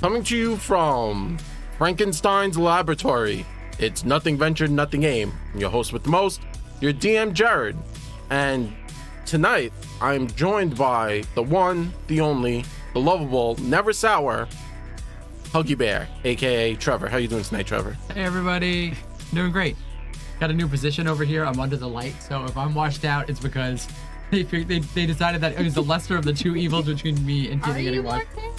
Coming to you from Frankenstein's Laboratory. It's Nothing Ventured, Nothing Aim. I'm your host with the most, your DM Jared. And tonight, I'm joined by the one, the only, the lovable, never sour, Huggy Bear, aka Trevor. How you doing tonight, Trevor? Hey everybody, doing great. Got a new position over here. I'm under the light, so if I'm washed out, it's because they fig- they, they decided that it was the lesser of the two evils between me and Are feeling you getting washed. wanted?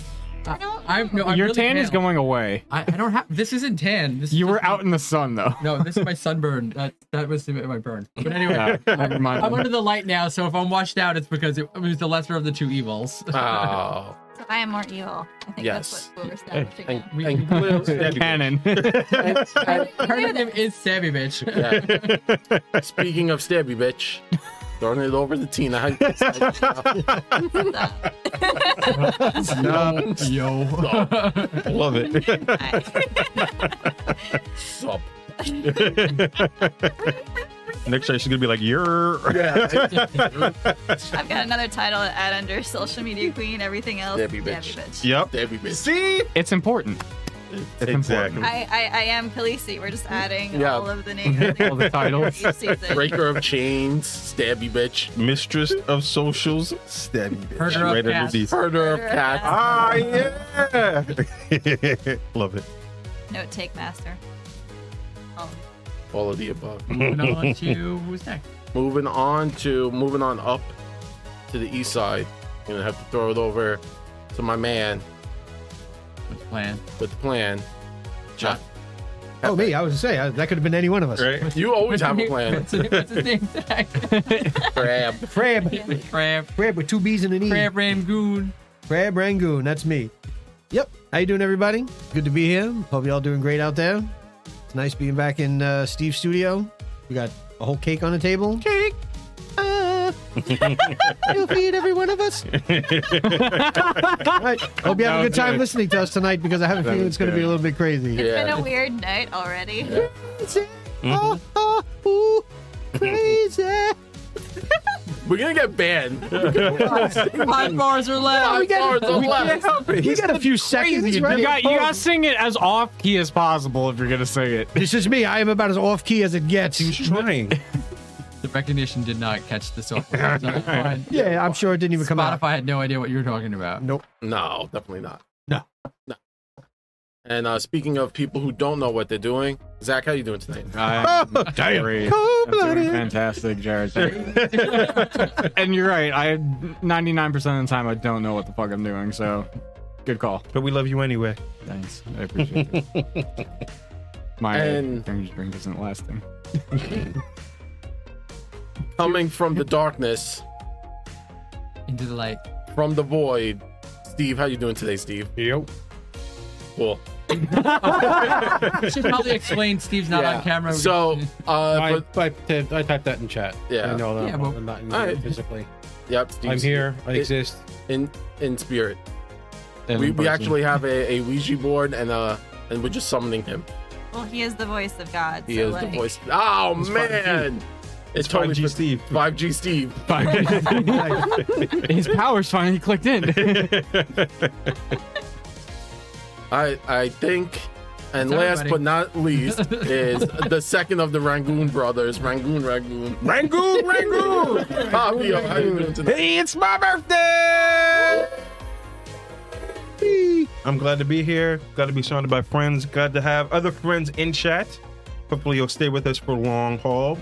I don't. I'm no. I'm Your really tan pale. is going away. I, I don't have. This isn't tan. This is You were just- out in the sun though. No, this is my sunburn. That that was my burn. But anyway, Never mind. I'm under the light now, so if I'm washed out, it's because it, it was the lesser of the two evils. Uh, Oh, So I am more evil. I think Yes. that's what we're establishing. and, We- and clearly- there you go. Canon. And- and- Her name is Savvy Bitch. yeah. Speaking of stabby bitch, throwing it over to Tina. How you no. Yo. Love it. Sup? Next year she's gonna be like, "You're Yeah. I've got another title to add under social media queen. Everything else. Debbie bitch. yep." Stabby bitch. See, It's important. It's Exactly. important. I, I I am Khaleesi. We're just adding Yeah. all of the names. All the titles. Each season. Breaker of chains, stabby bitch. mistress of socials, stabby bitch. Herder of under cats. these- Murder of cats. Ah, yeah. Love it. Note take master. Oh, All of the above. Moving on to who's next? Moving on to moving on up to the east side. I'm gonna have to throw it over to my man What's the plan? with the plan. Jeff. Oh, me. I was to say I, that could have been any one of us. Right. You always have a plan. What's his, what's his name? Crab. Crab, Crab. crab with two B's and an E. Crab Rangoon. Crab Rangoon. That's me. Yep. How you doing, everybody? Good to be here. Hope y'all doing great out there. It's nice being back in uh, Steve's studio. We got a whole cake on the table. Cake. Ah. You'll feed every one of us. All right. Hope you have a good time listening to us tonight because I have a feeling it's going to be a little bit crazy. it's Yeah. been a weird night already. Crazy. Mm-hmm. Oh, oh, ooh, crazy. We're gonna get banned. Five bars or Oh, less. we Bars got, are we, left. we got a few seconds, You right? got you got to sing it as off key as possible if you're gonna sing it. This is me. I am about as off key as it gets. Trying. The recognition did not catch the software. So it's fine. Yeah, I'm sure it didn't even come out. Spotify had no idea what you were talking about. Nope. No, definitely not. No. No. And uh, speaking of people who don't know what they're doing, Zach, how you doing tonight? I'm great. I'm doing Cold-blooded. fantastic, Jared. and you're right. I 99% of the time I don't know what the fuck I'm doing. So, good call. But we love you anyway. Thanks. I appreciate it. My And- orange drink isn't lasting. Coming from the darkness, Into the light. from the void, Steve, how you doing today, Steve? Yep. Cool. I should probably explain Steve's not on camera. So, I, uh, but, I, did- I typed that in chat. Yeah. I know that Yeah, I'm, but- I'm not in All here right. physically. yep, Steve's I'm here. I It- exist. in in spirit. We, we actually have a, a Ouija board and uh and we're just summoning him. Well, he is the voice of God. He so is the like, voice. Oh man, it's totally 5G Steve. Five G Steve. His powers finally clicked in. I I think. And That's last everybody. but not least is the second of the Rangoon brothers, Rangoon Rangoon. Rangoon, Rangoon. Fabio, how you doing tonight? hey, it's my birthday. I'm glad to be here. Glad to be surrounded by friends. Glad to have other friends in chat. Hopefully, you'll stay with us for long haul.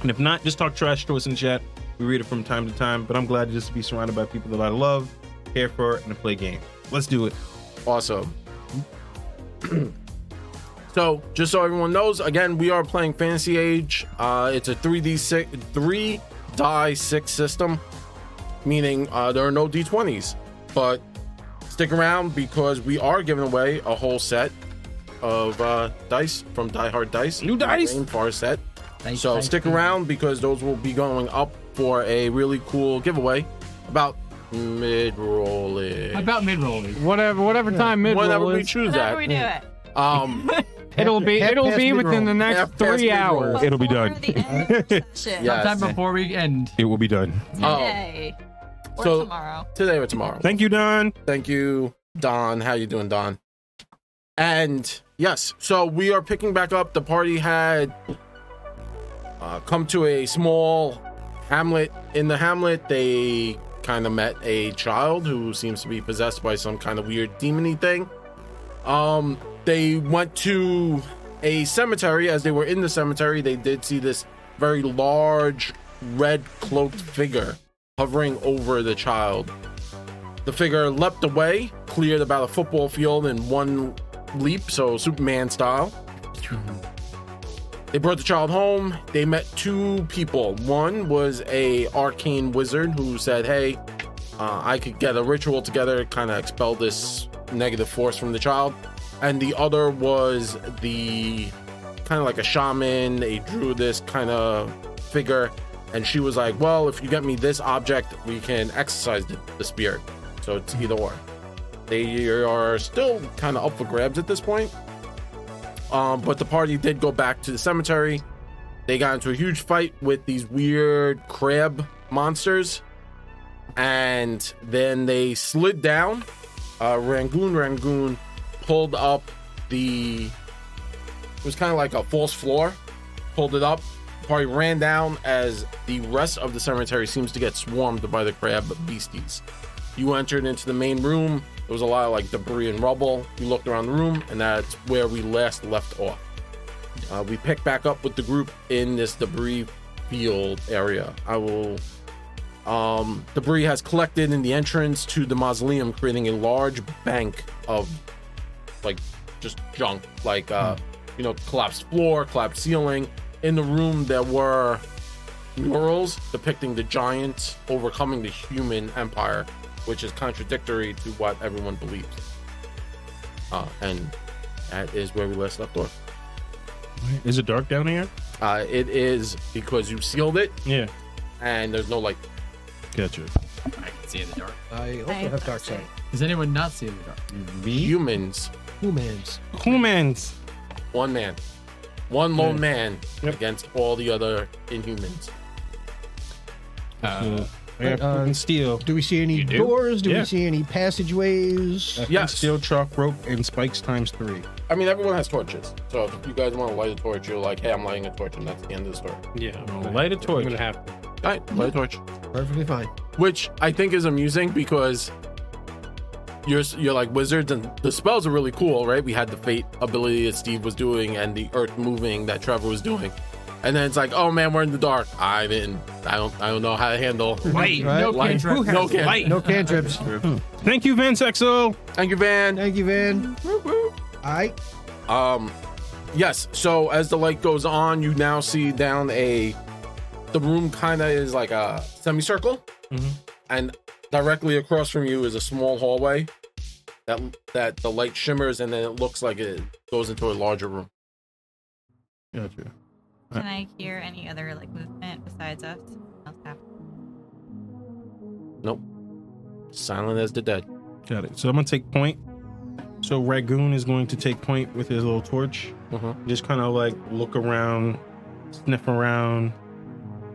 And if not, just talk trash to us in chat. We read it from time to time. But I'm glad to just be surrounded by people that I love, care for, and play games. Let's do it. Awesome. so, just so everyone knows, again, we are playing Fantasy Age. Uh, it's a 3D six, three die six system, meaning uh, there are no d20s. But stick around because we are giving away a whole set of uh, dice from Die Hard Dice. New dice? Far set. so stick around because those will be going up for a really cool giveaway about mid rolling. About mid rolling. whatever, whatever time mid Whenever roll we is, choose that. Whenever we do it. Um, it'll be Half it'll past be mid-roll. within the Half next past three mid-roll. hours. It'll be Before done. The end of the session. Yeah. Sometime before we end. It will be done. oh, Today. Or So- tomorrow. today or tomorrow. Thank you, Don. Thank you, Don. How you doing, Don? And yes, so we are picking back up. The party had uh, come to a small hamlet. In the hamlet, they kind of met a child who seems to be possessed by some kind of weird demony thing. Um, they went to a cemetery. As they were in the cemetery, they did see this very large red cloaked figure hovering over the child. The figure leapt away, cleared about a football field in one leap, so Superman style. They brought the child home. They met two people. One was a arcane wizard who said, "Hey, uh, I could get a ritual together, kind of expel this negative force from the child." And the other was the kind of like a shaman, a druidess kind of figure. And she was like, "Well, if you get me this object, we can exercise the, the spirit." So it's either or. They are still kind of up for grabs at this point. Um, but the party did go back to the cemetery. They got into a huge fight with these weird crab monsters. And then they slid down. Uh, Rangoon Rangoon pulled up the. It was kind of like a false floor. Pulled it up. Party ran down as the rest of the cemetery seems to get swarmed by the crab beasties. You entered into the main room. There was a lot of like debris and rubble. You looked around the room, and that's where we last left off. Uh, we pick back up with the group in this debris field area. I will. Um, debris has collected in the entrance to the mausoleum, creating a large bank of like just junk, like uh, you know, collapsed floor, collapsed ceiling. In the room, there were murals depicting the giants overcoming the human empire, which is contradictory to what everyone believes. Uh, and that is where we last left off. Is it dark down here? Uh, it is because you sealed it Yeah. and there's no light. Gotcha. I can see in the dark. I also I have dark sight. Does anyone not see in the dark? Humans, Who mans? Humans. one man, one lone man Yep. against all the other inhumans. Uh, Yeah, uh, fucking steel. Do we see any do? doors? Do Yeah. we see any passageways? Uh, Fucking Yes. Steel, chalk, rope, and spikes times three. I mean, everyone has torches, so if you guys want to light a torch, you're like, hey, I'm lighting a torch, and that's the end of the story. Yeah. Light a torch. gonna have to. All right, light a torch. Perfectly fine. which I think is amusing because you're you're like wizards and the spells are really cool, right? We had the fate ability that Steve was doing and the earth moving that Trevor was doing, and then it's like, oh man, we're in the dark. I didn't, I don't, I don't know how to handle Light. Right? no light. cantrip. No cantrip. Light. No cantrips. Thank you, Vince Exel. Thank you, Van. Thank you, Van. All right. Um, yes. So as the light goes on, you now see down a. The room kind of is like a semicircle, and directly across from you is a small hallway that that the light shimmers, and then it looks like it goes into a larger room. Gotcha. Uh. Can I hear any other like movement besides us? Something else happening? Nope. Silent as the dead. Got it. So I'm gonna take point. So Ragoon is going to take point with his little torch. Mhm. Just kind of like look around, sniff around,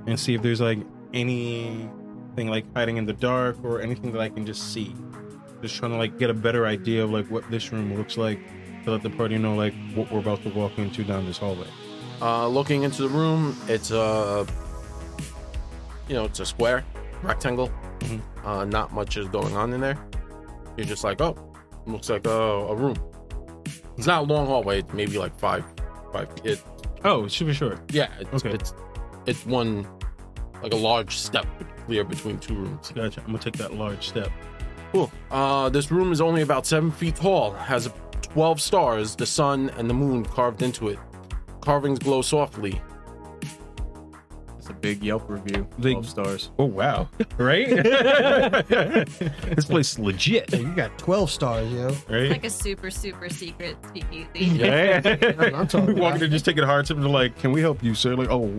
and see if there's like anything like hiding in the dark or anything that I can just see. Just trying to like get a better idea of like what this room looks like to let the party know like what we're about to walk into down this hallway. Uh, looking into the room, it's a, you know, it's a square rectangle. Mm-hmm. Uh, not much is going on in there. You're just like, oh, looks like a, a room. It's not a long hallway. It's maybe like five, five. It, Oh, it's super short. yeah, it's, Okay. it's it's one like a large step clear between two rooms. Gotcha. I'm gonna take that large step. Cool. Uh, this room is only about seven feet tall, has 12 stars, the sun and the moon carved into it. Carvings glow softly. It's a big Yelp review. They- 12 stars. Oh wow! Right? this place is legit. You got 12 stars, yo. Right? Like a super super secret speakeasy. Yeah. I'm talking we walk in about. and just take it hard. Something like, "Can we help you, sir?" Like, "Oh,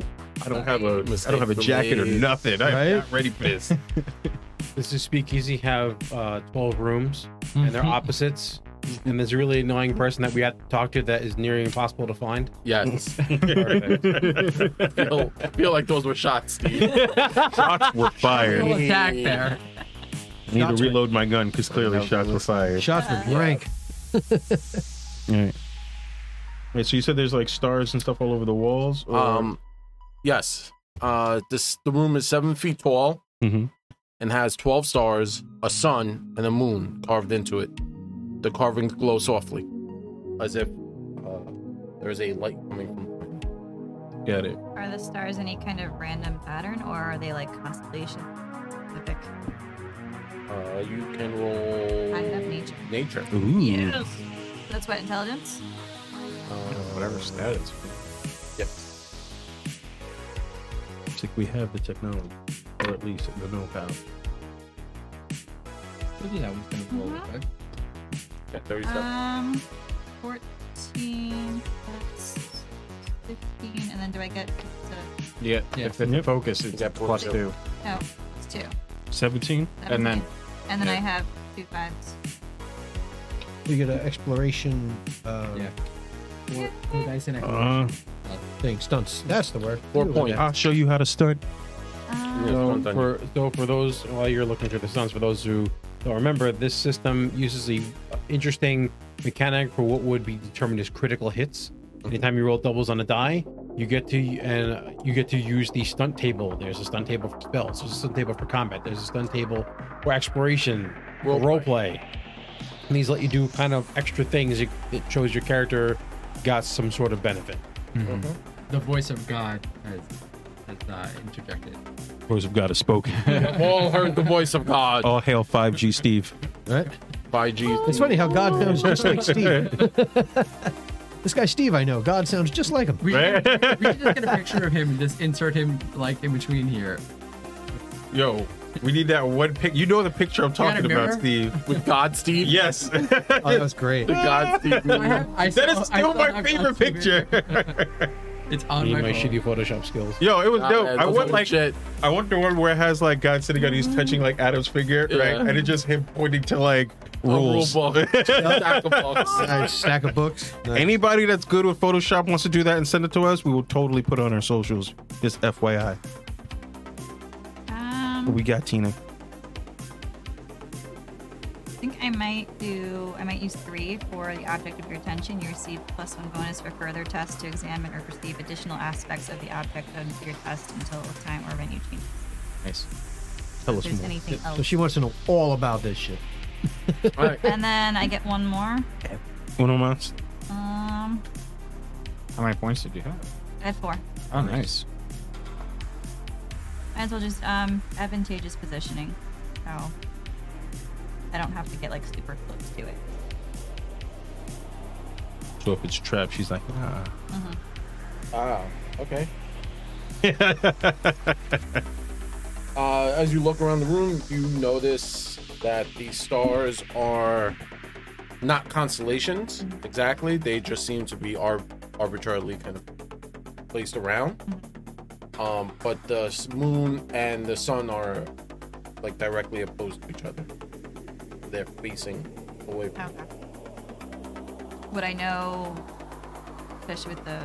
I don't have a, I don't have a jacket or Mistake. nothing. I'm Right? not ready for this." This is Speakeasy have uh, 12 rooms and they're opposites. And there's a really annoying person that we have to talk to that is nearly impossible to find. Yes. Perfect. feel, feel like those were shots, Steve. shots were Full fired. attack there. I need to reload my gun because clearly shots were fired. Shots were rank. Wait, so you said there's like stars and stuff all over the walls? Oh, or- Um, yes. Uh, this the room is seven feet tall Mm-hmm. Mhm. and has twelve stars, a sun, and a moon carved into it. The carvings glow softly, as if uh, there is a light coming from. Got it. Are the stars any kind of random pattern, or are they like constellation specific? Uh, you can roll I have nature. nature. Mm-hmm. Yes. That's what intelligence. Whatever stat it's Yep. It's like we have the technology, or at least the know-how. Yeah, I'm just Uh. gonna roll it, right? Yeah, Thirty-seven. Mm-hmm. Um, 14 plus 15, and then do I get to, Yeah. Yeah. If it's Yep. focus, it's Yeah, plus plus two. two. no, it's two. Seventeen. And then- 17. and then I yeah. have two fives. You get an exploration uh, Yeah. Four, four dice in a Uh, thing. Stunts. That's the word. Four Ooh, points. yeah. I'll show you how to stunt. Um, Yeah. So one thing. for, so for those while you're looking through the sums, for those who don't remember, this system uses a interesting mechanic for what would be determined as critical hits. Mm-hmm. Anytime you roll doubles on a die, you get to and uh, you get to use the stunt table. There's a stunt table for spells. There's a stunt table for combat. There's a stunt table for exploration, role, Roleplay. role play. And these let you do kind of extra things. It, it shows your character got some sort of benefit. The voice of God has, has uh, interjected. Voice of God has spoken. Ah. All heard the voice of God. All hail 5G Steve. Right? By Jesus. Oh. It's funny how God sounds just like Steve. this guy Steve I know, God sounds just like him. We should, we should just get a picture of him and just insert him like in between here. Yo, we need that one pic. You know the picture I'm got a talking about, mirror? Steve. with God, Steve. Yes. Oh, that was great. The God, Steve. I have- I That saw- I is still saw that my on favorite TV. picture. It's on Me my, and my phone. shitty Photoshop skills. Yo, it was God, dope. man, I those want are like legit. I want the one where it has like God sitting on he's touching like Adam's finger, right? Yeah. And it's just him pointing to like rules. A rule book. Stack of books. Nice stack of books. Nice. Anybody that's good with Photoshop wants to do that and send it to us, we will totally put it on our socials. Just FYI. um, We got Tina. I think I might do. I might use three for the object of your attention. You receive plus one bonus for further tests to examine or perceive additional aspects of the object of your test until time or venue changes. Nice. Tell If us there's more. anything So else, she wants to know all about this shit. All right. and then I get one more. One of mine. Um, How many points did you have? I have four. Oh, nice. Might as well just um advantageous positioning, so I don't have to get like super close to it. So if it's trapped, she's like, ah. Ah, okay. uh, as you look around the room, you notice that the stars are not constellations exactly. They just seem to be ar- arbitrarily kind of placed around. Um, but the s- moon and the sun are like directly opposed to each other. They're facing away from. Okay. Would I know, especially with the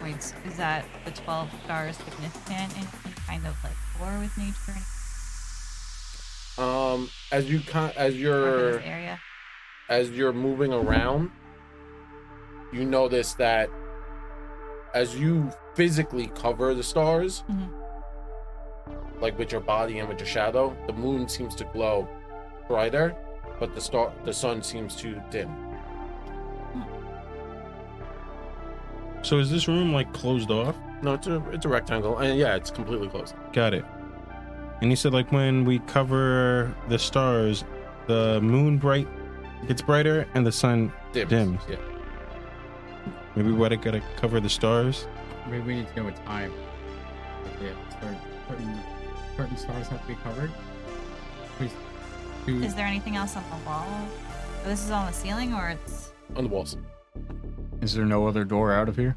points, is that the 12 stars significant and kind of like war with nature in Um, as you con- as this you're area? as you're moving around, you notice that as you physically cover the stars, Mhm. like with your body and with your shadow, the moon seems to glow brighter, but the star the sun seems to dim. So is this room like closed off? No, it's a it's a rectangle, and yeah, it's completely closed. Got it. And he said like when we cover the stars, the moon bright gets brighter and the sun Dims. Dims. Yeah. maybe we gotta cover the stars. Maybe we need to know what time. Like, yeah, certain, certain, certain stars have to be covered. Please, do- Is there anything else on the wall? Oh, this is on the ceiling or it's. On the walls, Is there no other door out of here?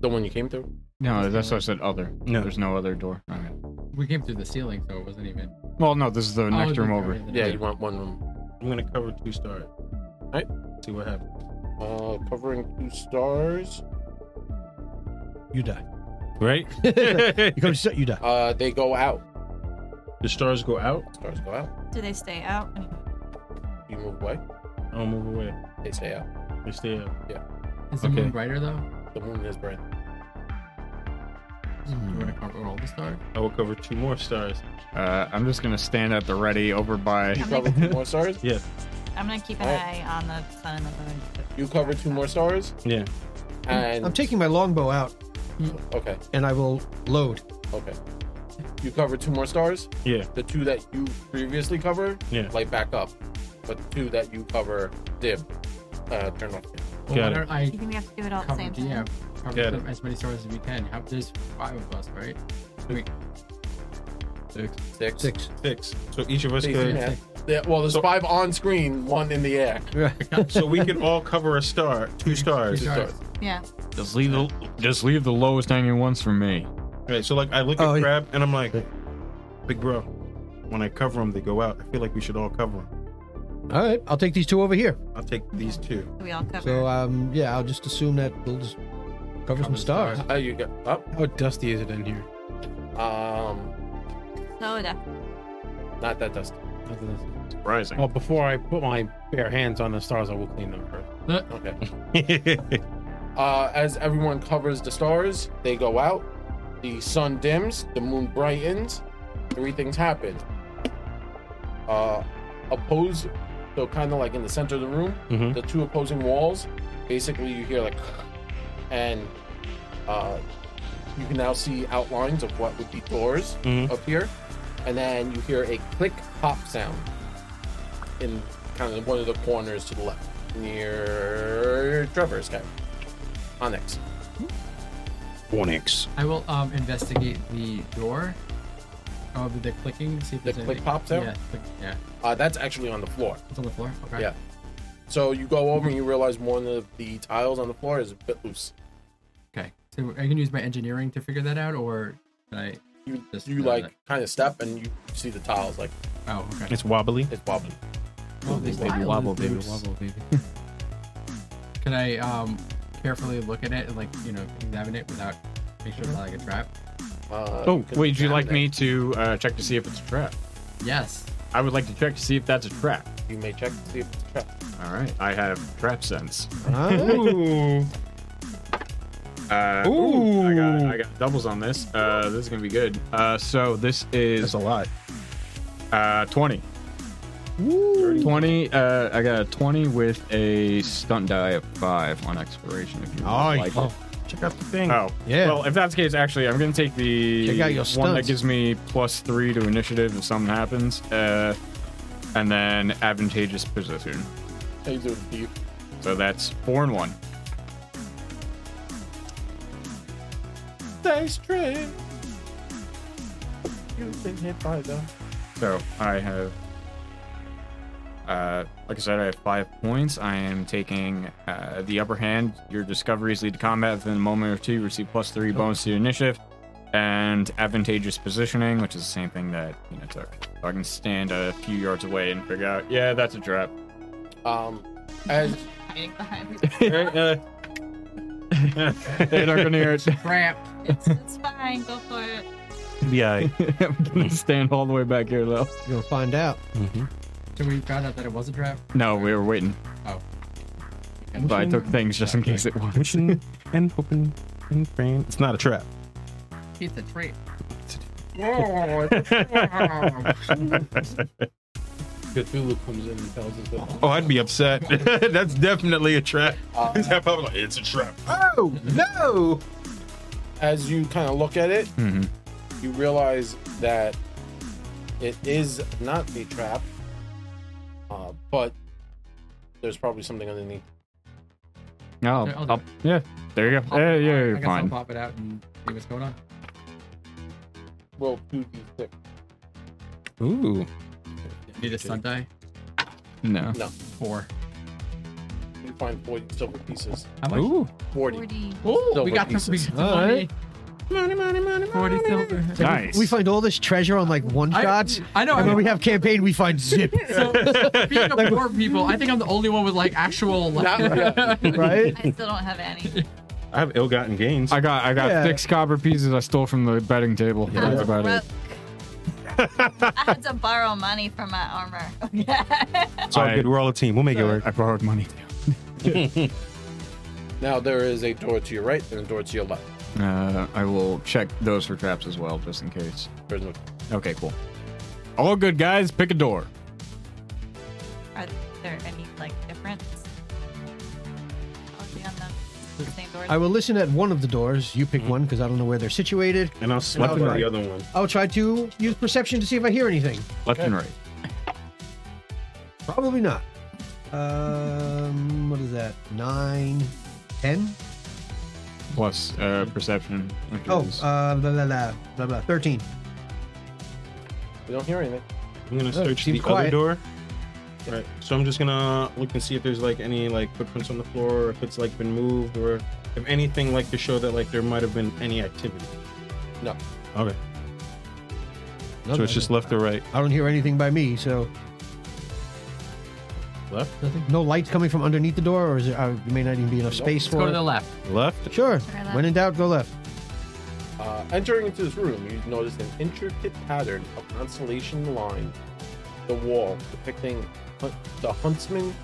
the one you came through. No, that's what I said. Other. No. There's no other door. Okay. we came through the ceiling, so it wasn't even. Well, no, this is the Oh, next the- room over. Yeah, you want one room. I'm gonna cover two stars. Right? See what happens. Uh, covering two stars. You die. Right? You come to you die. Uh, they go out. The stars go out. Stars go out. Do they stay out? You move away. I'll move away. They stay out. They stay up. Is the Okay. moon brighter though? The moon is bright. You want to Hmm. cover all the stars? I will cover two more stars. Uh, I'm just gonna stand at the ready over by. You cover two more stars? Yeah. I'm gonna keep an Alright. eye on the sun and the moon. You cover two more stars? Yeah. And I'm taking my longbow out Okay, and I will load. okay. You cover two more stars? Yeah. The two that you previously covered, Yeah. light back up. But the two that you cover dim. Uh turn off. Well, Got why it. don't I You think we have to do it all at the cover same time? yeah, cover Got some- as many stars as we can? How, there's five of us, right? Wait, Six. Six. Six. Six. So each of us Six, could. yeah. Yeah, well there's So- five on screen, one in the air. So we can all cover a star, two stars. Two stars. Yeah. Just leave the just leave the lowest hanging ones for me. Right. So like I look at Oh, yeah. Crab and I'm like, big bro. When I cover them, they go out. I feel like we should all cover them. All right, I'll take these two over here. I'll take these two. We all cover. So um, yeah, I'll just assume that we'll just cover some stars. Uh, you get up. How dusty is it in here? Um Soda. not that dusty. Surprising. Well, Oh, before I put my bare hands on the stars, I will clean them first. Okay. Uh, as everyone covers the stars, they go out. The sun dims, the moon brightens. Three things happen. Uh, oppose, so kind of like in the center of the room, Mhm. the two opposing walls. Basically, you hear like, and uh, you can now see outlines of what would be doors Mhm. up here, and then you hear a click pop sound in kind of one of the corners to the left, near Trevor's cabin. Onyx. Onyx. I will um investigate the door. Oh, the clicking. See if The there's click anything. pops out? Yeah, click, yeah. Uh, that's actually on the floor. It's on the floor. Okay. Yeah. So you go over and you realize one of the tiles on the floor is a bit loose. Okay. So I can use my engineering to figure that out, or can I? You Just you know like that. kind of step and you see the tiles like Oh, okay. It's wobbly. it's wobbling. Baby wobble, baby wobble, baby. Can I um carefully look at it and like you know examine it without make sure it's not like a trap? Uh, Oh, you can wait, would you examine like it. me to uh, check to see if it's a trap? Yes. I would like to check to see if that's a trap. You may check to see if it's a trap. All right, I have trap sense. Ooh. Uh, ooh, I got, I got doubles on this. Uh, this is gonna be good. Uh, so this is That's a lot. uh, twenty. Twenty. Uh, I got a twenty with a stunt die of five on expiration. If you would like. Oh, check out the thing. Oh Yeah. Well, if that's the case, actually, I'm gonna take the Check out your one that stunts. gives me plus three to initiative if something happens, uh, and then advantageous position. How you doing, Steve? So that's four and one. Dice train. You've been hit by them. So I have, uh, like I said, I have five points. I am taking uh, the upper hand. Your discoveries lead to combat within a moment or two. You receive plus three bonus to your initiative, and advantageous positioning, which is the same thing that you know took. So I can stand a few yards away and figure out, yeah, that's a trap. Um, as Hiding behind. uh, They're not gonna hear it. Trap. it's, it's fine. Go for it. yeah. I'm gonna stand all the way back here, though. You're gonna find out. So we found out that it was a trap. No, we were waiting, Oh. but I took things just in case it was. Wishing and hoping and praying. It's not a trap. It's a trap. Cthulhu comes in and tells us that. Oh, I'd be upset. That's definitely a trap. Uh, He's half up, like, it's a trap. Oh no! as you kind of look at it, Mhm. you realize that it is not a trap, uh, but there's probably something underneath. No, I'll do I'll- it. Oh, yeah, there you go. I'll- yeah, yeah, I you're guess I'll fine. pop it out and see what's going on. Roll two d six. Ooh. Need a sun die? No. No, Four. you find forty silver pieces. How much? Ooh, Forty. Forty. Oh, Silver we got the, we pieces. got the All money. right. Money, money, money, Forty silver. nice. We find all this treasure on like one I- shots. I know, I And when mean- we have campaign, we find zip. So, speaking of poor people, I think I'm the only one with like actual. Like, Not- yeah. right? I still don't have any. I have ill-gotten gains. I got I got Yeah. six copper pieces I stole from the betting table. I That's was about it. broke. I had to borrow money for my armor. Yeah. it's all I- good. We're all a team. We'll make it work. I borrowed money. Now there is a door to your right and a door to your left. Uh, I will check those for traps as well, just in case. There's no- Okay, cool. All good, guys. Pick a door. Are there any like difference? I'll be on the same door. I will listen at one of the doors. You pick one because I don't know where they're situated. And I'll slap I'll him with try. the other one. I'll try to use perception to see if I hear anything. Left and right. Probably not. Um, what is that? Nine, ten? Plus uh, perception, which Oh, is uh, blah blah blah blah blah. Thirteen. You don't hear anything. I'm gonna Oh, search seems the quiet. other door. Right. So I'm just gonna look and see if there's like any like footprints on the floor, or if it's like been moved, or if anything like to show that like there might have been any activity. No. Okay. So it's just left or right. I don't hear anything by me. So Left. nothing. No lights coming from underneath the door, or is there? Uh, there may not even be enough space Let's go for to the it. left. Left. Sure. Try left. When in doubt, go left. Uh, entering into this room, you notice an intricate pattern of constellation line, the wall depicting hunt- the huntsman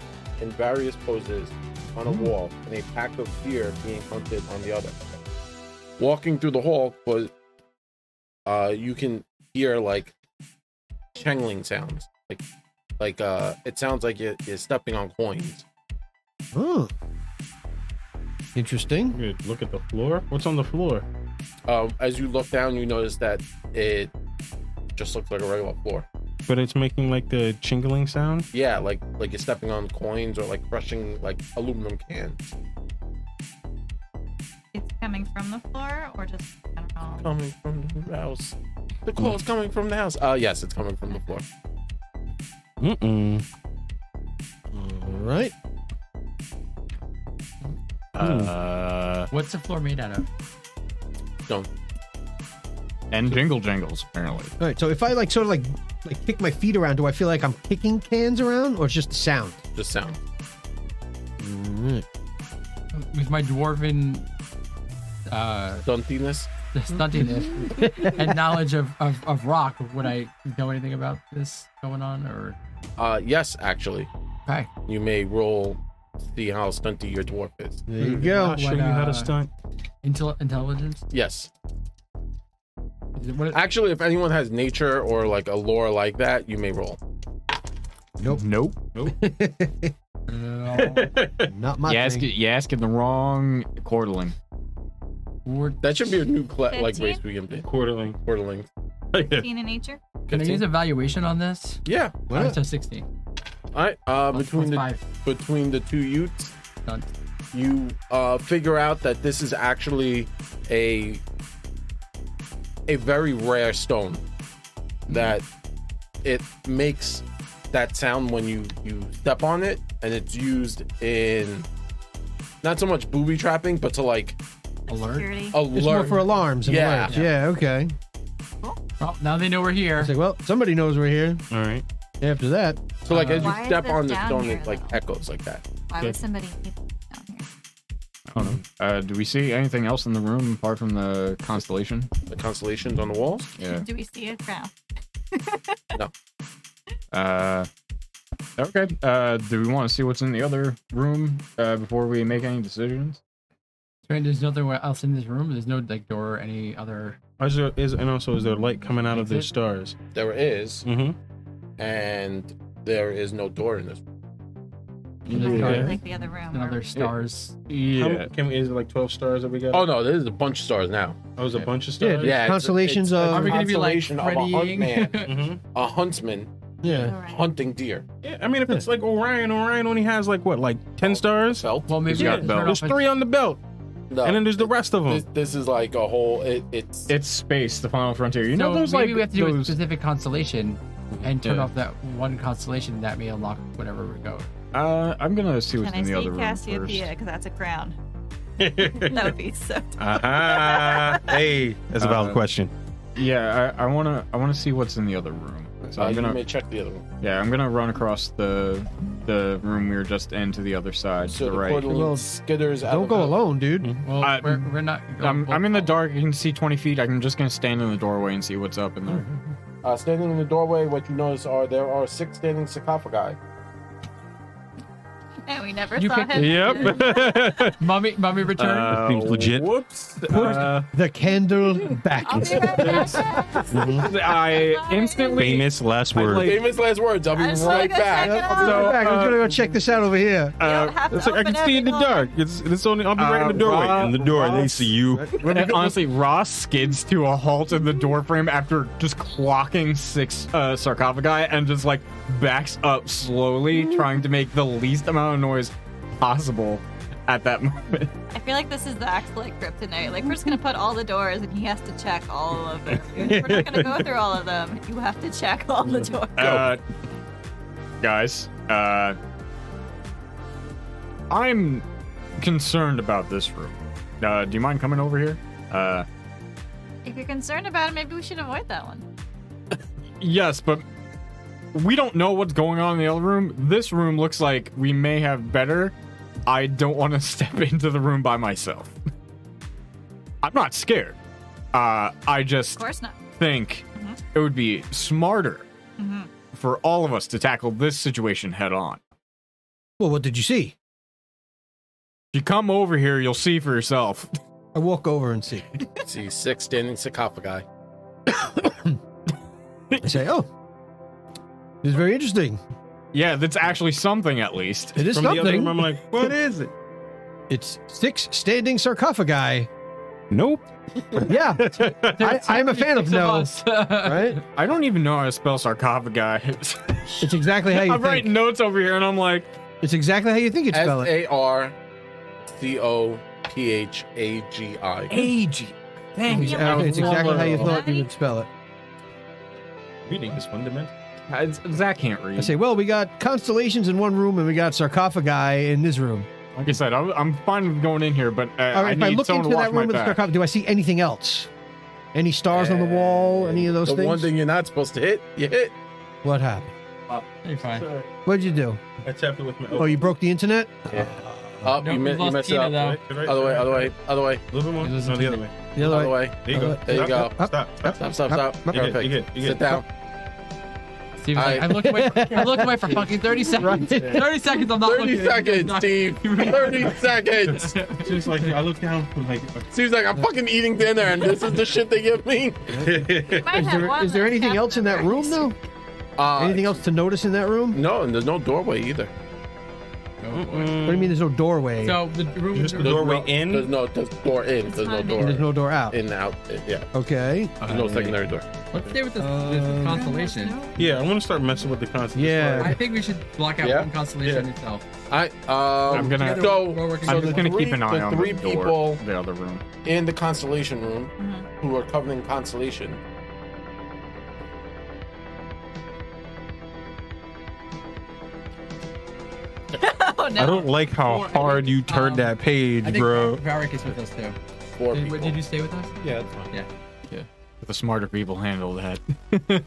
in various poses on a wall and a pack of deer being hunted on the other. Walking through the hall, but uh, you can hear like changling sounds, like like uh, it sounds like you're, you're stepping on coins. Oh. Interesting. Good. Look at the floor. What's on the floor? Um, as you look down, you notice that it just looks like a regular floor. But it's making like the chingling sound. Yeah, like like you're stepping on coins or like crushing like aluminum cans. It's coming from the floor or just I don't Oh. know. Coming from the house. The call's coming from the house. Hmm. Uh yes, it's coming from the floor. Mm-mm. All right. uh, What's the floor made out of? Don't and jingle jangles apparently. All right. So if I like sort of like like kick my feet around, do I feel like I'm kicking cans around, or it's just the sound? just sound. With my dwarven uh, Duntiness. stuntiness and knowledge of, of, of rock, would I know anything about this going on? Or Uh yes, actually. okay, You may roll see how stunty your dwarf is. There you go. I'll show you how uh, to stunt. Intel- intelligence? Yes. Is it- what is- Actually, if anyone has nature or like a lore like that, you may roll. Nope. Nope. No. Not my You ask thing. you asking the wrong cordling. We're- That should be a new cla- like Fifteen? race we can do. Quarterling. Quarterling. Seen in nature? Can I use evaluation on this? Yeah. All right, so 16. All right. Uh, Plus- between the plus five. between the two utes, Done. you uh, figure out that this is actually a a very rare stone that it makes that sound when you you step on it and it's used in not so much booby trapping but to like Alert. Security. Oh, alert It's more for alarms and Yeah. alarms. Yeah. Okay. Oh, now they know we're here. It's like, well, somebody knows we're here. All right. After that, so like as Why you is step this on the down stone here, it like though? echoes like that Why would somebody need down here? Oh, Uh, do we see anything else in the room apart from the constellation? the constellations on the walls Yeah. Do we see a crown? Uh, okay. Uh, do we want to see what's in the other room uh, before we make any decisions? And there's nothing else in this room. There's no like door or any other. Is there is and also is there light coming out of the Exit. stars? there is Mm-hmm. and there is no door in this Another Yeah. star- Like the other room. Another stars. How, can we, is it like twelve stars that we got? oh no there's a bunch of stars now that was a yeah. bunch of Yeah, stars. yeah. it's- Constellations it's a of- Are we gonna be like constellation of a huntman Freddying? Mm-hmm. a huntsman All yeah. right. hunting deer. Yeah, I mean, if it's like Orion, Orion only has like what, like ten stars? Felt. well, maybe Yeah, we can belt. turn There's off three on the belt, No, and then there's the rest of this, them. this is like a whole. It, it's It's space, the final frontier. You so know those maybe like we have to do a those. specific constellation and turn Yeah. off that one constellation that may unlock whatever we go. Uh, I'm gonna see what's Can I in the see other room Cassiopeia? first. Because that's a crown. that would be so. Ah, hey, that's a valid Uh, question. Yeah, I, I wanna I wanna see what's in the other room. So uh, I'm you gonna may check the other one. yeah I'm gonna run across the the room we were just in to the other side So to the, the right. quarterling Well, skitters. out Don't of go the- alone, dude. Well, I- we're, we're not. I'm, well, I'm in the dark. You can see 20 feet. I'm just gonna stand in the doorway and see what's up in there. Uh, standing in the doorway, what you notice are there are six standing sarcophagi. And we never You saw picked- him. again. Yep. Mummy, mummy return. Uh, Seems legit. Whoops. Put the candle back. I'll be right back. I instantly Famous last I word. like- Famous last words. I'll be I just wanna right go back. check it out. I'll be So, right back. I'm uh, gonna go check this out over here. You don't have to Uh, it's like I open can see in the everything. dark. It's it's only I'll be right in the Uh, doorway. Ross- in the door, they see you. And honestly, Ross skids to a halt in the doorframe after just clocking six uh, sarcophagi and just like backs up slowly, trying to make the least amount of noise possible at that moment. I feel like this is the axe like kryptonite. Like we're just gonna put all the doors, and he has to check all of them. we're not gonna go through all of them. You have to check all the doors. Uh, guys, uh, I'm concerned about this room. Uh, do you mind coming over here? Uh, if you're concerned about it, maybe we should avoid that one. Yes, but we don't know what's going on in the other room. This room looks like we may have better. I don't want to step into the room by myself. I'm not scared. Uh, I Of just course Mm-hmm. not. think it would be smarter Mm-hmm. for all of us to tackle this situation head on. Well, what did you see? If you come over here, you'll see for yourself. I walk over and see. See six standing sarcophagi. I say, "Oh, this is very interesting. Yeah, that's actually something at least. It is From the other room, I'm something. like, what is it? It's six standing sarcophagi. Nope. Yeah, I, I'm a fan of Six no. us. Right? Right? I don't even know how to spell sarcophagi. It's exactly how you I'm think. writing notes over here and I'm like, It's exactly how you think you'd S spell it. A R C O P H A G I. AG. Thank you. Uh, It's exactly how you Hello. thought you would spell it. Reading is fundamental. Zach can't read. I say, well, we got constellations in one room and we got sarcophagi in this room. like I said, I'm, I'm fine with going in here, but uh, All I right, if need I look someone to into that watch my room with the back. sarcophagi, do I see anything else? Any stars on the wall? Any of those the things? one thing you're not supposed to hit, you hit. What happened? Uh, You're fine. What did you do? I tapped it with my. Oh, you broke the internet? Up, No, Oh, you, we mi- you lost messed it Tina, up. though. Other way, other way, other way, A little bit more. It was No, the a- other way. The other other way. way. There you go. Other There you go. Stop, Stop. Stop. Stop, stop, Up, stop. up. You're good, Perfect. you're good, you're Sit good. down. Steve's like, I- I looked away. I looked away for fucking thirty seconds. Thirty seconds. I'm not looking. 30 seconds, Not- Steve. 30 seconds. Just like I look down, I'm like Seems like I'm fucking eating dinner and this is the shit they give me. You might Is have there, one is there left anything after else in that the room, race. though? Uh, Anything else to notice in that room? No, and there's no doorway either. What do you mean there's no doorway? So the room. Just There's Doorway no, in? There's no there's door in. There's no fine. door. And there's no door out. in out. Yeah, Okay. there's no secondary door. Let's stay with this, Uh, this constellation. Yeah, I'm gonna start messing with the concept. Yeah. I think we should block out Yeah. one constellation itself. I um. I'm gonna- We're So, working so I'm the just gonna three- keep an eye the on three the door, people the other room. in the constellation room Mhm. who are covering constellation. Oh I no. don't like how Or- I hard you turned um, that page, I think bro. Varric is with us too. Four Did, people. did you stay with us? Yeah, that's fine. The smarter people handle that,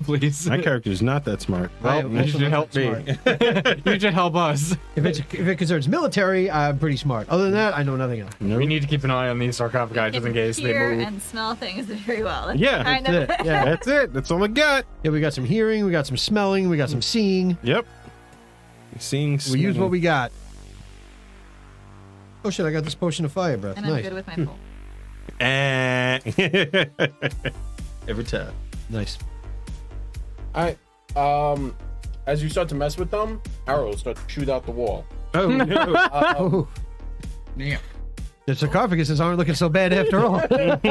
please. My character's not that smart. I Well, you also should not help me. that you should help us. If, it's, if it concerns military, I'm pretty smart. Other than that, I know nothing else. We need to keep an eye on these sarcophagi just in case they Hear move. and smell things very well. That's Yeah, kind of. That's it. Yeah. That's it. That's all I got. yeah, we got some hearing, we got some smelling, we got some seeing. Yep. Seeing. We use what we got. Oh shit, I got this potion of fire breath. And I'm Nice. Hmm. good with my pull. Eh. Every time. Nice. All right. Um, as you start to mess with them, arrows start to shoot out the wall. Oh no. Oh, Damn. the sarcophaguses aren't looking so bad after all.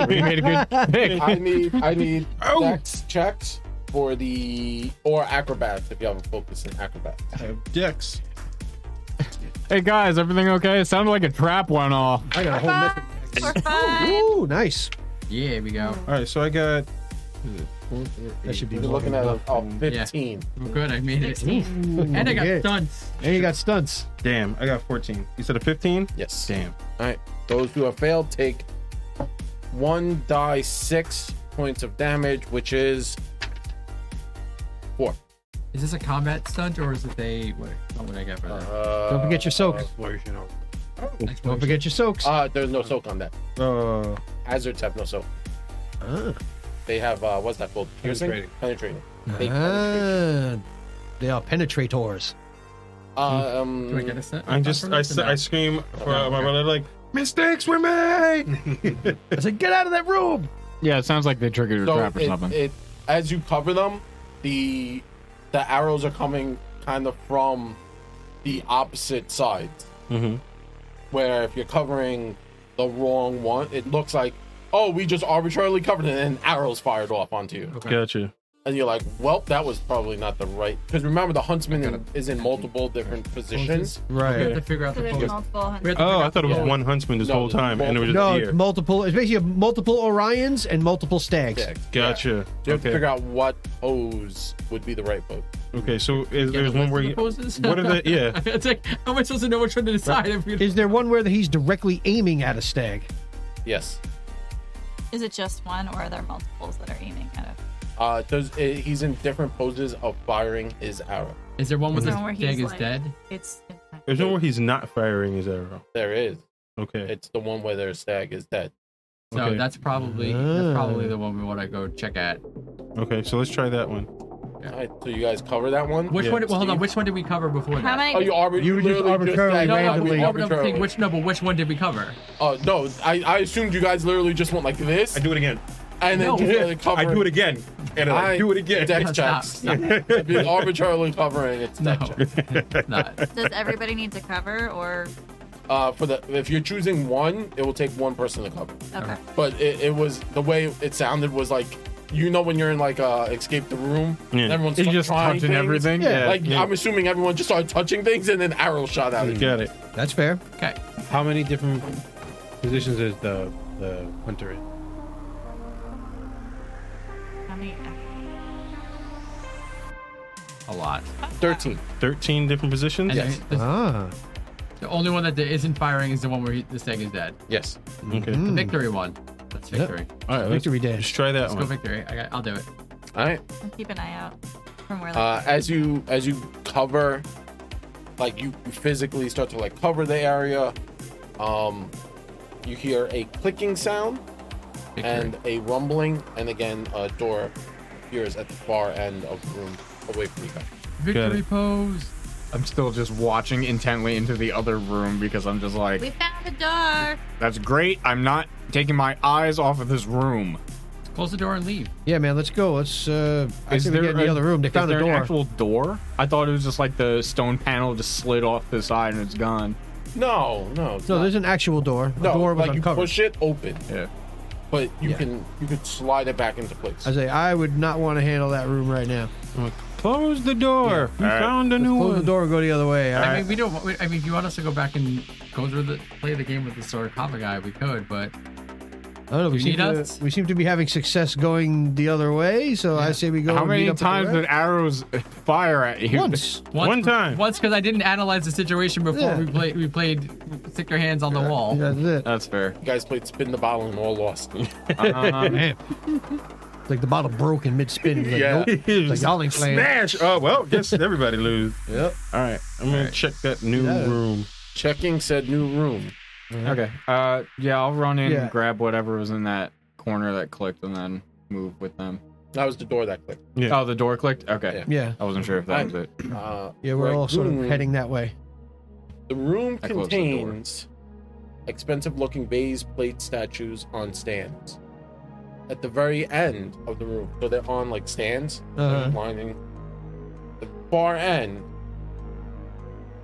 we made a good pick. I need I need dex checks for the or acrobats if you have a focus in acrobats. Dex. Hey guys, everything okay? It sounded like a trap went off. I got a whole mess. For fun. Ooh, nice. Yeah, we go. All right, so I got. That should be You're looking at a, a 15. We're good. I made it. And And I got yeah. stunts. And you got stunts. Damn, I got 14. You said a 15? Yes. Damn. All right. Those who have failed take one die six points of damage, which is four. Is this a combat stunt or is it a what? What would I get for that? Uh, Don't forget your soak. Don't forget your soaks. Uh, there's no soak on that. Oh. Hazards have no soak. Ah. They have uh, what's that called? Piercing, penetrating. They penetrate. Ah, they are penetrators. Um, Do I get a set? I just I, s- I scream for uh, my brother like mistakes were made. I said, get out of that room. Yeah, it sounds like they triggered a so trap or it- something. it- as you cover them, the the arrows are coming kind of from the opposite sides. Mhm. Where if you're covering the wrong one, it looks like oh we just arbitrarily covered it and arrows fired off onto you, Okay. gotcha. and you're like, well that was probably not the right because remember the huntsman I gotta- is in multiple different positions. We have Right. to figure out the there's focus. multiple We have to Oh, figure I out- thought it was yeah. one huntsman this No, whole time, and it was just No, here. it's multiple. It's basically multiple Orions and multiple stags. Yeah. Gotcha. You have to Okay. figure out what pose would be the right pose. Okay. So is, Yeah, there's the one where list you, of the poses. what are the yeah? it's like, how am I supposed to know which one to decide? If we Is there one where that he's directly aiming at a stag? Yes. Is it just one, or are there multiples that are aiming at it? Uh, those, eh, he's in different poses of firing his arrow. is there one with Is the there one where dag he's is like- dead? It's There's one where he's not firing his arrow. There is. Okay. It's the one where their stag is dead. So Okay. Uh. that's probably Ah. that's probably the one we want to go check at. Okay. So let's try that one. All right, so you guys cover that one. Which Yeah. one? Well, hold on. Which one did we cover before how that? Oh, many? you, arbit- You were just literally arbitrarily said- no, no, randomly- we, No, no, we but I'm saying arbitrarily. which no, but which one did we cover? Uh, no, I, I assumed you guys literally just went like this, I do it again. and then No. just started I covering. do it again. And I, I- do it again. Deck Stop, checks. stop. I've been arbitrarily covering its No, deck check. not. Does everybody need to cover, or Uh, for the if you're choosing one, it will take one person to cover. okay? But it, it was the way it sounded was like, you know, when you're in like uh, escape the room, Yeah. and everyone's It's like just trying touching things. everything. Yeah. Yeah. Like yeah. I'm assuming everyone just started touching things, and then arrows shot out. of you. Got it. That's fair. Okay. How many different positions is the the hunter in? How many? uh, A lot. Thirteen. Thirteen different positions. And the, the, Ah. the only one that isn't firing is the one where he, the stag is dead. Yes. Okay. The Hmm. victory one. That's Mm-hmm. victory. All right. Let's, Victory dash. let's try that Let's go one. victory. I got, I'll do it. All right. Keep an eye out from where. Uh, as you as you cover, like you you physically start to like cover the area, um, you hear a clicking sound Victory. and a rumbling, and again a door appears at the far end of the room, away from you guys. victory pose. I'm still just watching intently into the other room because I'm just we like, found a door. that's great. I'm not taking my eyes off of this room. Close the door and leave. Yeah, man, let's go. Let's. Uh, I think we get in a- the other room. They is found a there an door. actual door? I thought it was just like the stone panel just slid off the side and it's gone. No, no, it's no, not. there's an actual door. The no. door was like uncovered. you push it open, Yeah. but you Yeah. can you can slide it back into place. I say, I would not want to handle that room right now. Close the door. We All right. found a new Close one. the door and go the other way. all I right? mean, we don't. want- We, I mean, if you want us to go back and go through the play the game with the sword combat guy, we could. But I don't know. We You seem, need to, us? we seem to be having success going the other way, so I say we go. How and meet many up at the times red. did arrows fire at you? Once. once, One time. once because I didn't analyze the situation before Yeah. we played. We played stick your hands on the wall. That's it. That's fair. Uh-huh. you guys played spin the bottle and all lost. Like the bottle broke in mid spin. Like, Yeah. nope. Like, y'all ain't playing. Smash. Oh well, guess everybody lose. Yep. All right. I'm gonna check that new Yeah. room. Checking said new room. Okay. Uh, yeah, I'll run in, Yeah. and grab whatever was in that corner that clicked, and then move with them. That was the door that clicked. Yeah. Oh, the door clicked. Okay. Yeah. I wasn't sure if that was it. Uh, Yeah, we're like, all sort of hmm. heading that way. The room I closed the door. contains expensive looking vase plate statues on stands. At the very end of the room, so they're on like stands, Uh-huh. lining the far end,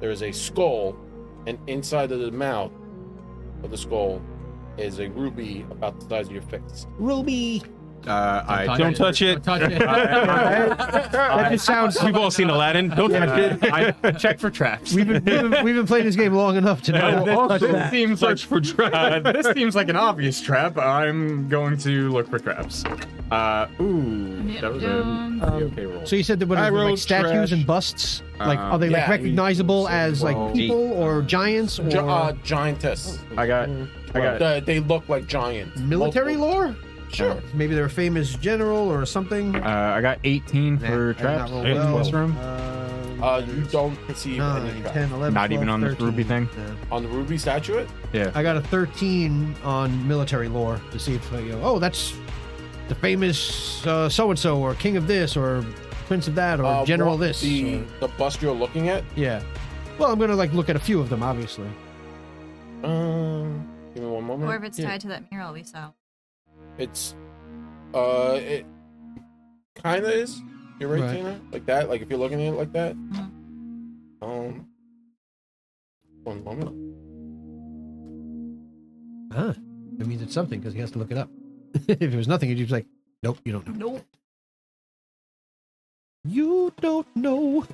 there is a skull, and inside of the mouth of the skull is a ruby about the size of your face. Ruby. Uh, I Touch don't touch it. Don't touch it. That just sounds. We've all seen Aladdin. Don't touch it. I check for traps. We've been, we've, been, we've been playing this game long enough to know. Well, Touch this that. seems like Search for uh, drive. this seems like an obvious trap. I'm going to look for traps. Uh, ooh, that was a Um, pretty okay roll. So you said that what I are they, like rolled statues trash. and busts? Like Uh, are they yeah, like recognizable as like well, people or giants or Gi- uh, giantess. I got, I got. The- they look like giants. military Multiple- lore? Sure. Oh. Maybe they're a famous general or something. Uh, I got 18 Nah, for I did not traps. roll in well. this room. Um, Uh, you don't perceive any nine, trap. 10, 11, Not even 12, on this 13. ruby thing? No. On the ruby statuette? Yeah. I got a 13 on military lore to see if I go, oh, that's the famous uh, so and so, or king of this, or prince of that, or Uh, general what this. The, or- the bust you're looking at yeah. Well, I'm gonna like look at a few of them, obviously. Um, give me one moment. Or if it's Yeah. tied to that mural we saw. It's uh it kinda is. You're right, Right. Tina. Like that, like if you're looking at it like that. Mm-hmm. Um one moment. Huh. That means it's something because he has to look it up. if it was nothing, he'd just be like, "Nope, you don't know. Nope. You don't know."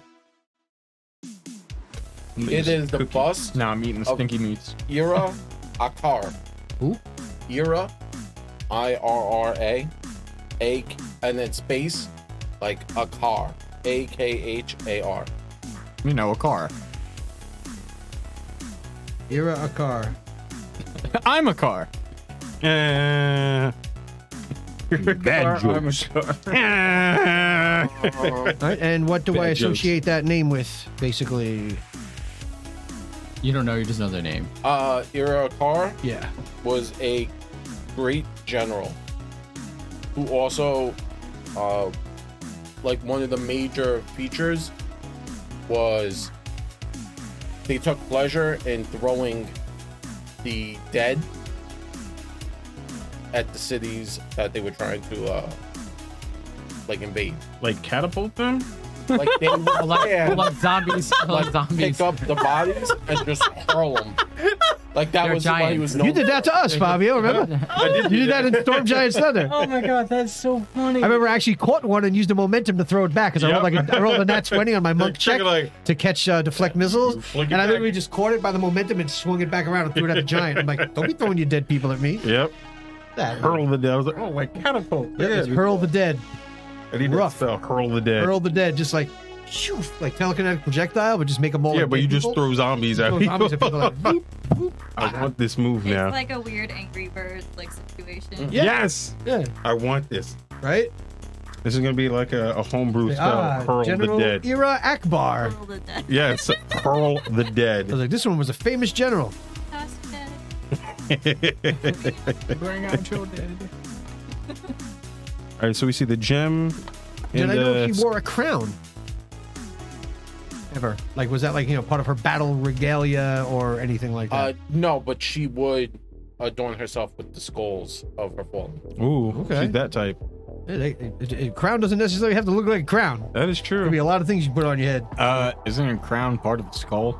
It is the bust No, I'm eating the Oh. stinky meats. Ira Akar. Who? Ira I R R A. A and then space like a car. A K H A R. You know, a car. Era a car. I'm a car. Uh, Bad jokes. All right, and what do I Bad jokes. associate that name with? Basically, You don't know. You just know their name. Uh Ira Akar yeah. was a great general who also uh, like one of the major features was they took pleasure in throwing the dead at the cities that they were trying to uh like invade like catapult them? like they would Like, yeah, like zombies. Like zombies. pick Oh up the bodies and just hurl them like that They're was why he giants. was You known did that to us, Fabio. Remember? you did that in Storm Giants Thunder. Oh my god, that's so funny. I remember I actually caught one and used the momentum to throw it back because I rolled like a, I rolled a nat twenty on my monk check Check it like- to catch uh, deflect missiles, Flick and it I back. literally just caught it by the momentum and swung it back around and threw it at the giant. I'm like, don't be throwing your dead people at me. Yep. That Hurl the dead. I was like, oh, like catapult. Yeah, it's hurl the dead, I need rough. rough. Spell, hurl the dead. hurl the dead, just like, shoo, like telekinetic projectile, but just make them all. yeah, like but dead you just people. throw zombies at Throw people. zombies at people like, boop. I want this move It's now. like a weird Angry Birds like Mm. situation. Yeah. Yes, yeah, I want this. right. This is gonna be like a, a homebrew spell. Ah, hurl General the dead. Ira Akbar. Roll the dice. Yes, hurl the I was dead. like, this one was a famous general. Toss it. Bring out your dead. All right, so we see the gem. Did and uh, I know the- she wore a crown? Ever. Like, was that like, you know, part of her battle regalia or anything like Uh, that? no, but she would adorn herself with the skulls of her fallen. Ooh, Okay. she's that type. They- they- they- crown doesn't necessarily have to look like a crown. That is There could be true. a lot of things you put on your head. Uh, isn't a crown part of the skull?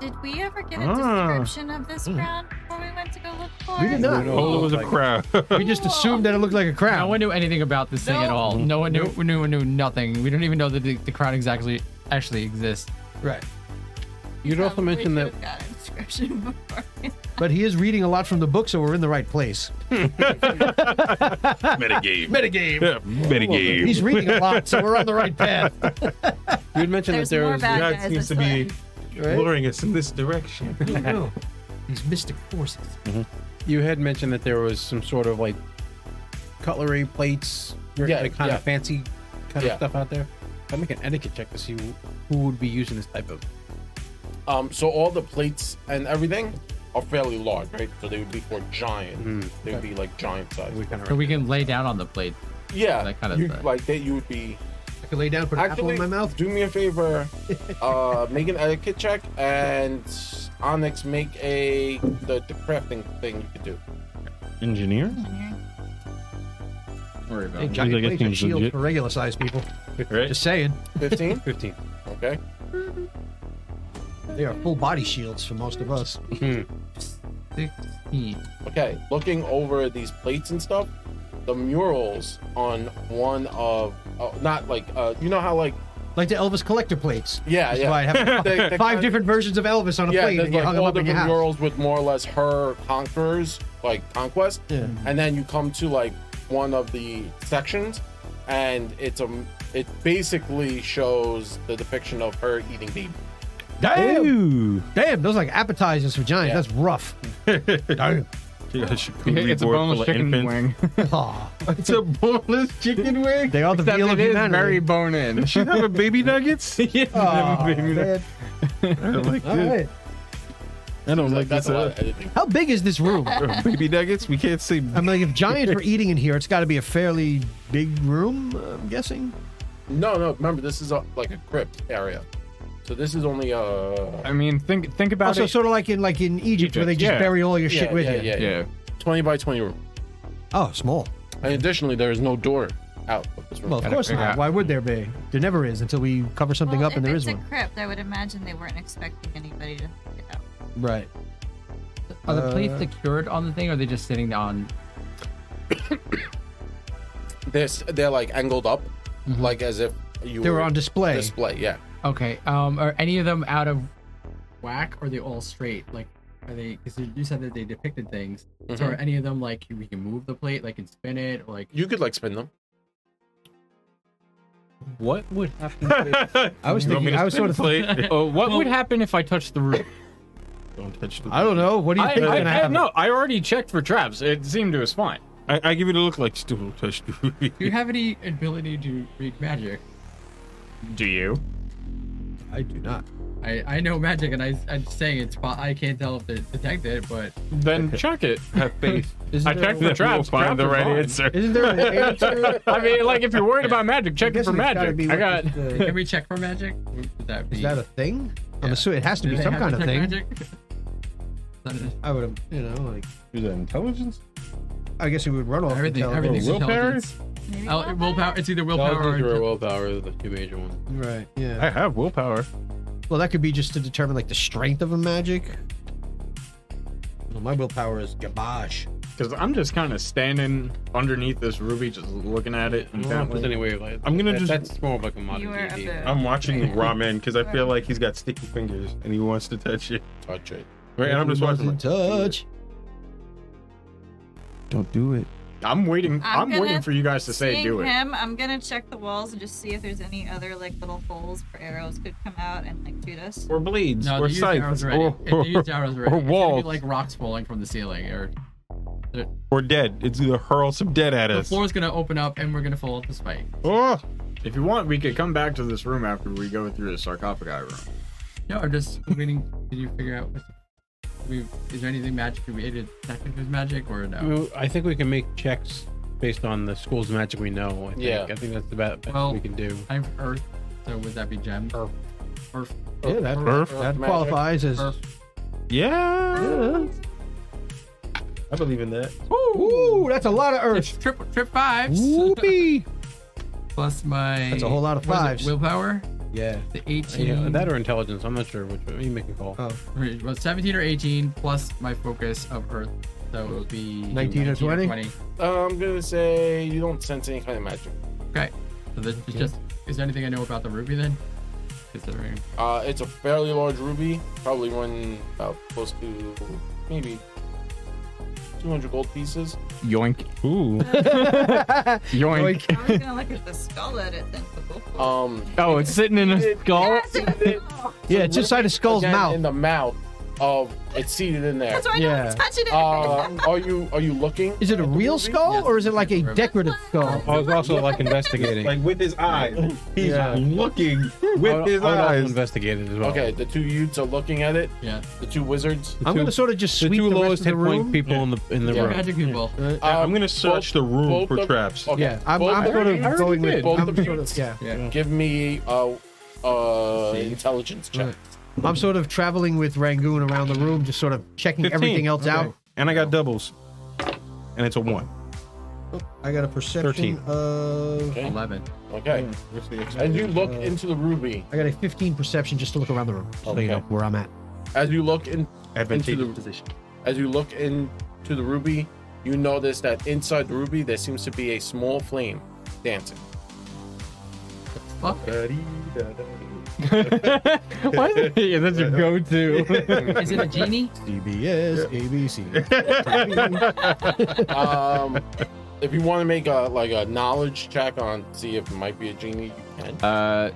Did we ever get a Ah. description of this crown before we went to go look for We it? did not. Oh, it was a crowd. We just assumed that it looked like a crown. No one knew anything about this thing at No. all. No one knew. No one knew nothing. We don't even know that the, the crown exactly actually exists. right. You'd also Probably mentioned that should've got a description before. But he is reading a lot from the book, so we're in the right place. Metagame. Metagame. Yeah, metagame. He's reading a lot, so we're on the right path. you'd mentioned There's that there more was bad God guys. seems to that's be what- Right? luring us in this direction. You know, These mystic forces. you had mentioned that there was some sort of like cutlery plates, Yeah, like kind yeah. of fancy kind Yeah. of stuff out there. I make an etiquette check to see who would be using this type of. Um, so all the plates and everything are fairly large, right? So they would be for giant. They would be like giant size. We kind So of we can lay down on the plate. Yeah, That kind of you- thing. like that. You would be I can lay down, put an actually. apple in my mouth. Do me a favor. Uh, make an etiquette check, and Onyx make a the, the crafting thing you could do. Engineer? Don't worry about Hey, it. giant like a plates are thing's shields legit. for regular sized people. Right? Just saying. Fifteen. fifteen. Okay. They are full body shields for most of us. Sixteen. Okay, looking over these plates and stuff, the murals on one of uh, not like uh, you know how like Like the Elvis collector plates. yeah That's yeah why I have They- they five kinda- different versions of Elvis on a yeah plate there's and you like hung them all up in your different house. murals with more or less her conquerors like conquest, Yeah. and then you come to like one of the sections, and it's a it basically shows the depiction of her eating baby. Damn, Ooh. damn, those are like appetizers for giants. Yeah. That's rough. Damn. Yeah, It's a boneless chicken wing. Aw. It's a boneless chicken wing. They are the Except veal of it is humanity. very bone in. Should have a baby nuggets? yeah, Aw, baby. Oh, man. I don't like All this. right. I don't like That's this. a lot uh, of editing. How big is this room? baby nuggets? We can't see. I mean, like, if giants were eating in here, it's got to be a fairly big room, I'm guessing. No, no. Remember, this is a, like a crypt area. So this is only uh I mean, think think about Also, it. sort of like in like in Egypt, where they just yeah. bury all your shit yeah, with yeah, you. Yeah, yeah, yeah. twenty by twenty room. Oh, small. And additionally, there is no door out of this room. Well, of Gotta course figure not. out- Why would there be? There never is until we cover something Well, up if and there it's is a one. crypt, I would imagine they weren't expecting anybody to get out. Right. Are the plates Uh, secured on the thing, or are they just sitting on? they're s- they're like angled up, like as if you Mm-hmm. They were on display. Display, yeah. Okay. Um, are any of them out of whack, or are they all straight? Like, are they? Because you said that they depicted things. Mm-hmm. So are any of them like you, we can move the plate, like and spin it, or like? You could like spin them. what would happen? I was thinking. I was sort of. uh, what would happen if I touched the roof? Don't touch the. I don't know. What do you I, think is I- gonna I- happen? no, I already checked for traps. It seemed to was fine. I, I give you the look like still don't touch the. roof." Do you have any ability to read magic? Do you? I do not. I, I know magic, and I I'm saying it's po- I can't tell if it detected it, but Then check it. Have faith. Isn't I there checked a- for traps. We'll traps find the are right fine. answer. Isn't there a way to? I mean, like if you're worried about magic, check it for guessing it's gotta magic. be I like got. the- can we check for magic? Would that be? Is that a thing? I'm Yeah. assuming it has to do be they some have kind of detect thing. magic? Not enough. I would, you know, like Is that intelligence? I guess it would run off Everything, intelligence. everything's willpower? intelligence. Maybe Oh, willpower. It's either willpower or Intelligence or willpower, the two major ones. Right. Yeah. I have willpower. Well, that could be just to determine like the strength of a magic. Well, my willpower is garbage. Because I'm just kind of standing underneath this ruby, just looking at it. And Not with any way of like, I'm gonna that- just- That's more of like a modern You were D&D. up I'm watching ramen because I feel like he's got sticky fingers and he wants to touch it. Touch it. Right, and I'm just watching. Doesn't Like, touch. Don't do it. I'm waiting. I'm I'm, gonna waiting for you guys to say Seeing do it. him, I'm gonna check the walls and just see if there's any other like little holes where arrows could come out and like shoot us. or blades, No, or they used arrows scythes, already. or, It- or, they used arrows already. or It's gonna be walls, like rocks falling from the ceiling, or or dead. It's gonna hurl some dead at the us. floor's gonna open up and we're gonna fall off the spike. Oh, If you want, we could come back to this room after we go through the sarcophagi room. No, I'm just waiting. Did you figure out? What we, is there anything magic? Do we it detect if there's magic or no? Well, I think we can make checks based on the school's magic we know. I think. Yeah. I think that's the best best Well- we can do. I'm Earth, so would that be gem? Oh. Earth. Earth. Yeah, that, Earth. that magic. qualifies as. Earth. yeah. I believe in that. Ooh, that's a lot of It's earth. triple trip fives. Whoopee. Plus my. That's a whole lot of what is it, fives. willpower. Yeah. The 18. Yeah, that or intelligence. I'm not sure which one. You make a call. Oh, Wait, Well, 17 or 18 plus my focus of Earth. So it would be 19 or 20? Uh, I'm gonna say you don't sense any kind of magic. Okay. So this is just. Is there anything I know about the ruby then? Considering. Uh, it's a fairly large ruby, probably one about close to maybe 200 gold pieces. Yoink. Ooh. Yoink. I was gonna look at the skull at it then. but we'll- Um, Oh, it's sitting in a skull. Yes, it's a skull. yeah, it's inside a skull's again, mouth. In the mouth of it's seated in there. That's why Yeah. no one's touching it. Uh, are you are you looking? Is it a at the real ruby? skull Yes. or is it like a That's decorative Oh, skull? I was also like investigating. Like with his eyes, he's Yeah. looking I with would- his I would also eyes. investigate it as well. Okay, the two youths are looking at it. Yeah. The two wizards. The I'm going two- to sort of just the sweep two the, rest lowest of the hit point room. people in the in the They're room. magic people. I'm Um, gonna search both- the room both for of- traps. okay, Yeah, I'm, both I'm of sort you- of going with. Both I'm of sort you. of, yeah. Yeah. Give me a uh, intelligence check. I'm sort of traveling with Rangoon around the room, just sort of checking 15. everything else out. And I got doubles, and it's a one. I got a perception 13. of. Okay. 11. Okay. Hmm. As you look uh, into the ruby, I got a 15 perception just to look around the room, so you know Okay. where I'm at. as you look in, Advantageous Into the- position. as you look into the ruby, you notice that inside the ruby there seems to be a small flame dancing. Fuck. What? yeah, that's your go-to. Is it a genie? CBS, ABC. Um, if you want to make a like a knowledge check on see if it might be a genie, you can. uh,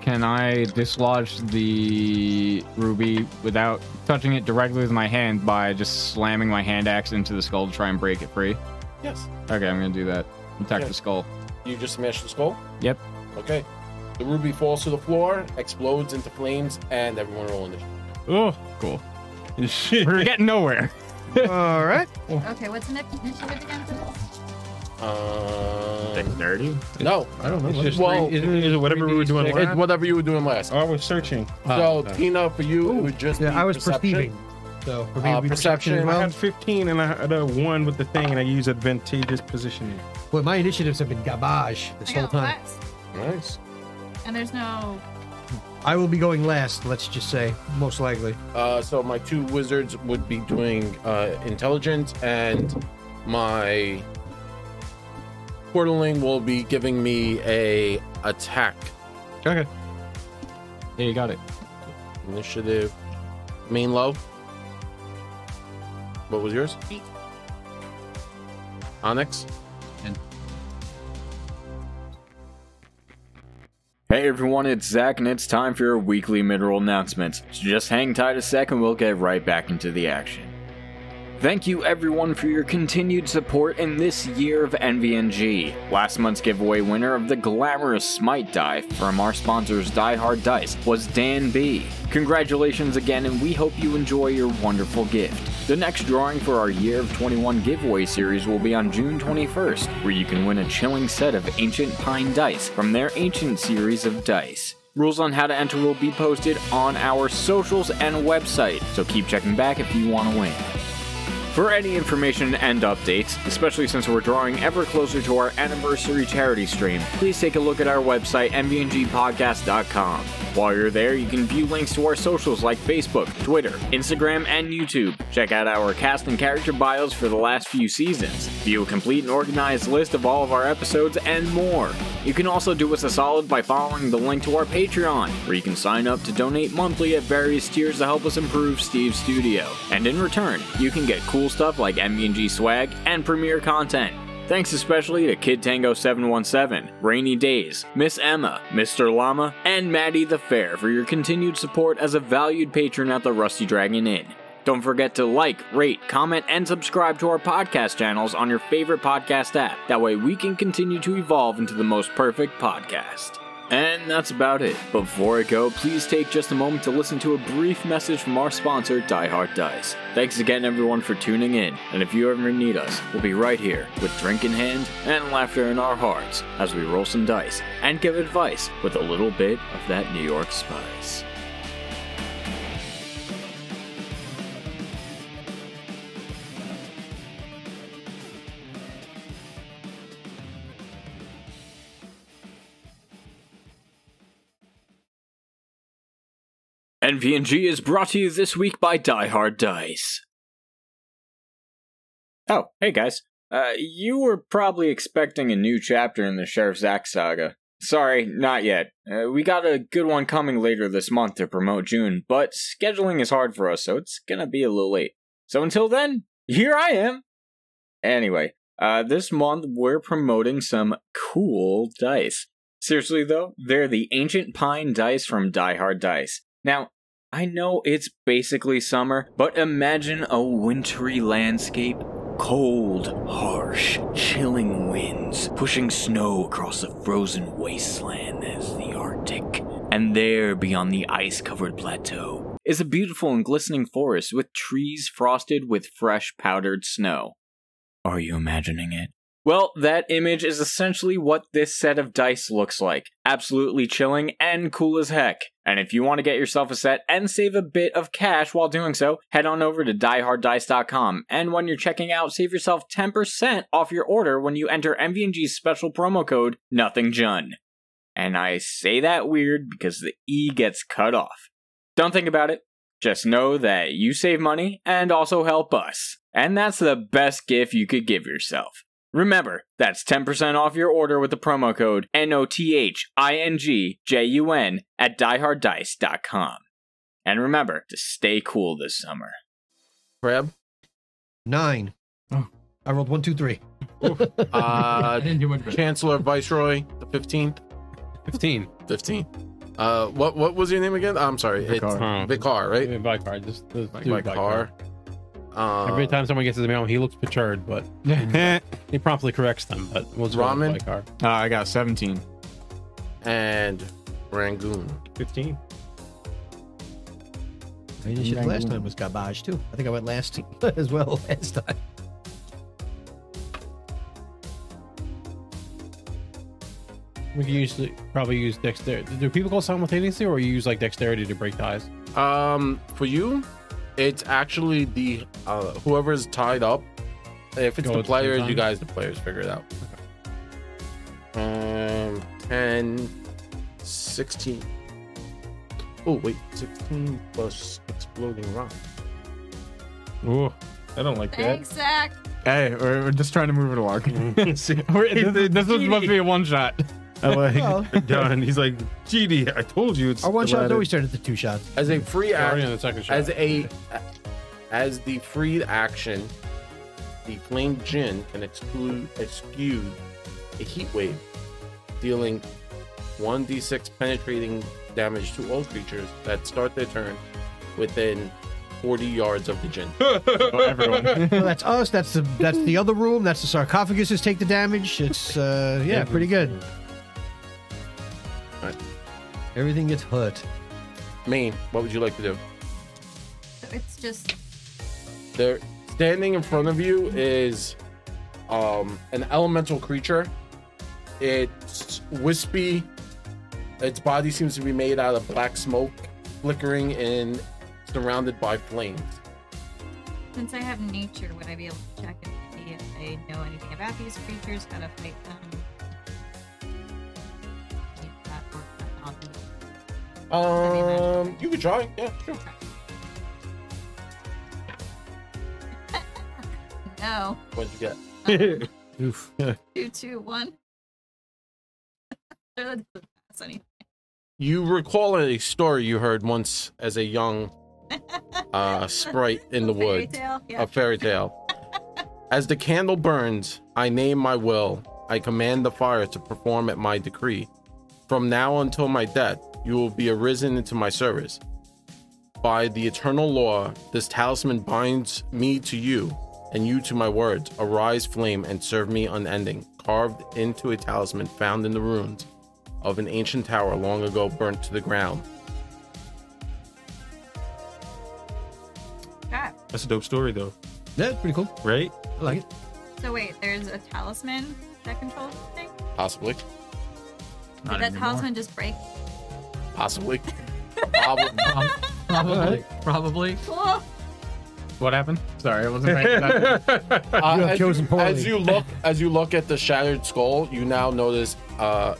can I dislodge the ruby without touching it directly with my hand by just slamming my hand axe into the skull to try and break it free? Yes. Okay, I'm gonna do that. Attack Okay. the skull. You just smash the skull. Yep. Okay. The ruby falls to the floor, explodes into flames, and everyone roll initiative. Oh, cool. We're getting nowhere. All right. Okay, what's the next initiative again? Um, dirty? no, I don't know. It's just Well, three- isn't it- Is it whatever we were doing It's it's last? whatever you were doing last. I was searching. so okay. Tina, for you, it would just be Yeah, I was perception. perceiving. So for me, Uh, it'd be perception. as I well. had 15 and I had a one with the thing, and I used advantageous positioning. Boy, my initiatives have been garbage this I whole got time. last, Nice. and there's no. I will be going last. Let's just say, most likely. Uh, so my two wizards would be doing uh, intelligence, and my portaling will be giving me a attack Okay. Yeah, you got it. initiative. Mean low. What was yours? Onyx. Hey everyone, it's Zach, and it's time for your weekly mid-roll announcements. So just hang tight a second, we'll get right back into the action. Thank you everyone for your continued support in this year of NVNG. Last month's giveaway winner of the glamorous Smite die from our sponsors Die Hard Dice was Dan B. Congratulations again, and we hope you enjoy your wonderful gift. The next drawing for our Year of 21 giveaway series will be on June 21st, where you can win a chilling set of Ancient Pine Dice from their Ancient series of dice. Rules on how to enter will be posted on our socials and website, so keep checking back if you want to win. For any information and updates, especially since we're drawing ever closer to our anniversary charity stream, please take a look at our website, mvngpodcast.com. While you're there, you can view links to our socials like Facebook, Twitter, Instagram, and YouTube. Check out our cast and character bios for the last few seasons. View a complete and organized list of all of our episodes and more. You can also do us a solid by following the link to our Patreon, where you can sign up to donate monthly at various tiers to help us improve Steve's studio. And in return, you can get cool stuff like MVNG swag and premiere content. Thanks especially to Kid Tango 717, Rainy Days, Miss Emma, Mr. Llama, and Maddie the Fair for your continued support as a valued patron at the Rusty Dragon Inn. Don't forget to like, rate, comment, and subscribe to our podcast channels on your favorite podcast app. That way, we can continue to evolve into the most perfect podcast. And that's about it. Before I go, please take just a moment to listen to a brief message from our sponsor, Die Hard Dice. Thanks again, everyone, for tuning in. And if you ever need us, we'll be right here with drink in hand and laughter in our hearts as we roll some dice and give advice with a little bit of that New York spice. NVNG is brought to you this week by Die Hard Dice. Oh, hey guys. Uh, you were probably expecting a new chapter in the Sheriff Zack saga. Sorry, not yet. Uh, we got a good one coming later this month to promote June, but scheduling is hard for us, so it's gonna be a little late. So until then, here I am! Anyway, uh, this month we're promoting some cool dice. Seriously though, they're the Ancient Pine dice from Die Hard Dice. Now, I know it's basically summer, but imagine a wintry landscape. Cold, harsh, chilling winds pushing snow across a frozen wasteland that is the Arctic. And there, beyond the ice covered plateau, is a beautiful and glistening forest with trees frosted with fresh powdered snow. Are you imagining it? Well, that image is essentially what this set of dice looks like. Absolutely chilling and cool as heck. And if you want to get yourself a set and save a bit of cash while doing so, head on over to dieharddice.com. And when you're checking out, save yourself 10% off your order when you enter MVNG's special promo code NOTHINGJUN. And I say that weird because the E gets cut off. Don't think about it. Just know that you save money and also help us. And that's the best gift you could give yourself. Remember, that's 10% off your order with the promo code NOTHINGJUN at dieharddice.com. And remember to stay cool this summer. Crab. Nine. Oh. I rolled one, two, three. I Uh, didn't do much better. Chancellor Viceroy, the fifteenth. 15. Fifteen. Uh, what what was your name again? I'm sorry, Vicar. Huh. it's Vicar, right? Uh, Yeah, By card. Just, just do by card. Vicar. Uh, Every time someone gets his mail, he looks perturbed, but he promptly corrects them. But we'll just roll with Ramen? by card. Uh, I got 17. and Rangoon. 15. My initiative last time was garbage too. I think I went last as well last time. We can use probably use dexterity. Do people go simultaneously, or you use like dexterity to break ties? Um, for you, it's actually the uh, whoever's tied up. If it's Go the at the same players, you time? guys, the players, figure it out. Um, and 16. Oh, wait, 16 plus exploding rock. Ooh, I don't like that. Thanks, Zach. Hey, we're, we're just trying to move it along. He's We're- a this, this was supposed to be genie. a one shot. I like Well. done. He's like, GD, I told you it's Our one shot divided." always turned into two shots. As a free Already action, on the second shot. as a as the free action, the flame gin can exclude excuse a heat wave, dealing one d6 penetrating damage to all creatures that start their turn within 40 yards of the gin. Well, that's us. That's the that's the other room. That's the sarcophaguses take the damage. It's uh, yeah, pretty good. Alright. Everything gets hurt. Maine, what would you like to do? So it's just There, standing in front of you is um, an elemental creature. It's wispy. Its body seems to be made out of black smoke, flickering and surrounded by flames. since I have nature, would I be able to check and see if I know anything about these creatures, how to fight them? Maybe that or not, I'll do it. Um, you could try. Yeah, sure. No. What'd you get? Oof. Two, two, one. That's funny. You recall a story you heard once as a young uh, sprite in the Fairy woods. tale, Yeah. a fairy tale. As the candle burns, I name my will. I command the fire to perform at my decree. From now until my death, you will be arisen into my service. By the eternal law, this talisman binds me to you, and you to my words. Arise, flame, and serve me unending. Carved into a talisman found in the ruins of an ancient tower long ago burnt to the ground. God. That's a dope story, though, Yeah, it's pretty cool. right? I like it. So wait, there's a talisman that controls the thing? Possibly. Not Did that anymore. talisman just break? Possibly. Probably. Prob- Probably. Probably. Cool. What happened? Sorry, I wasn't paying attention. Uh, You have as chosen you, poorly. As you look, as you look at the shattered skull, you now notice uh,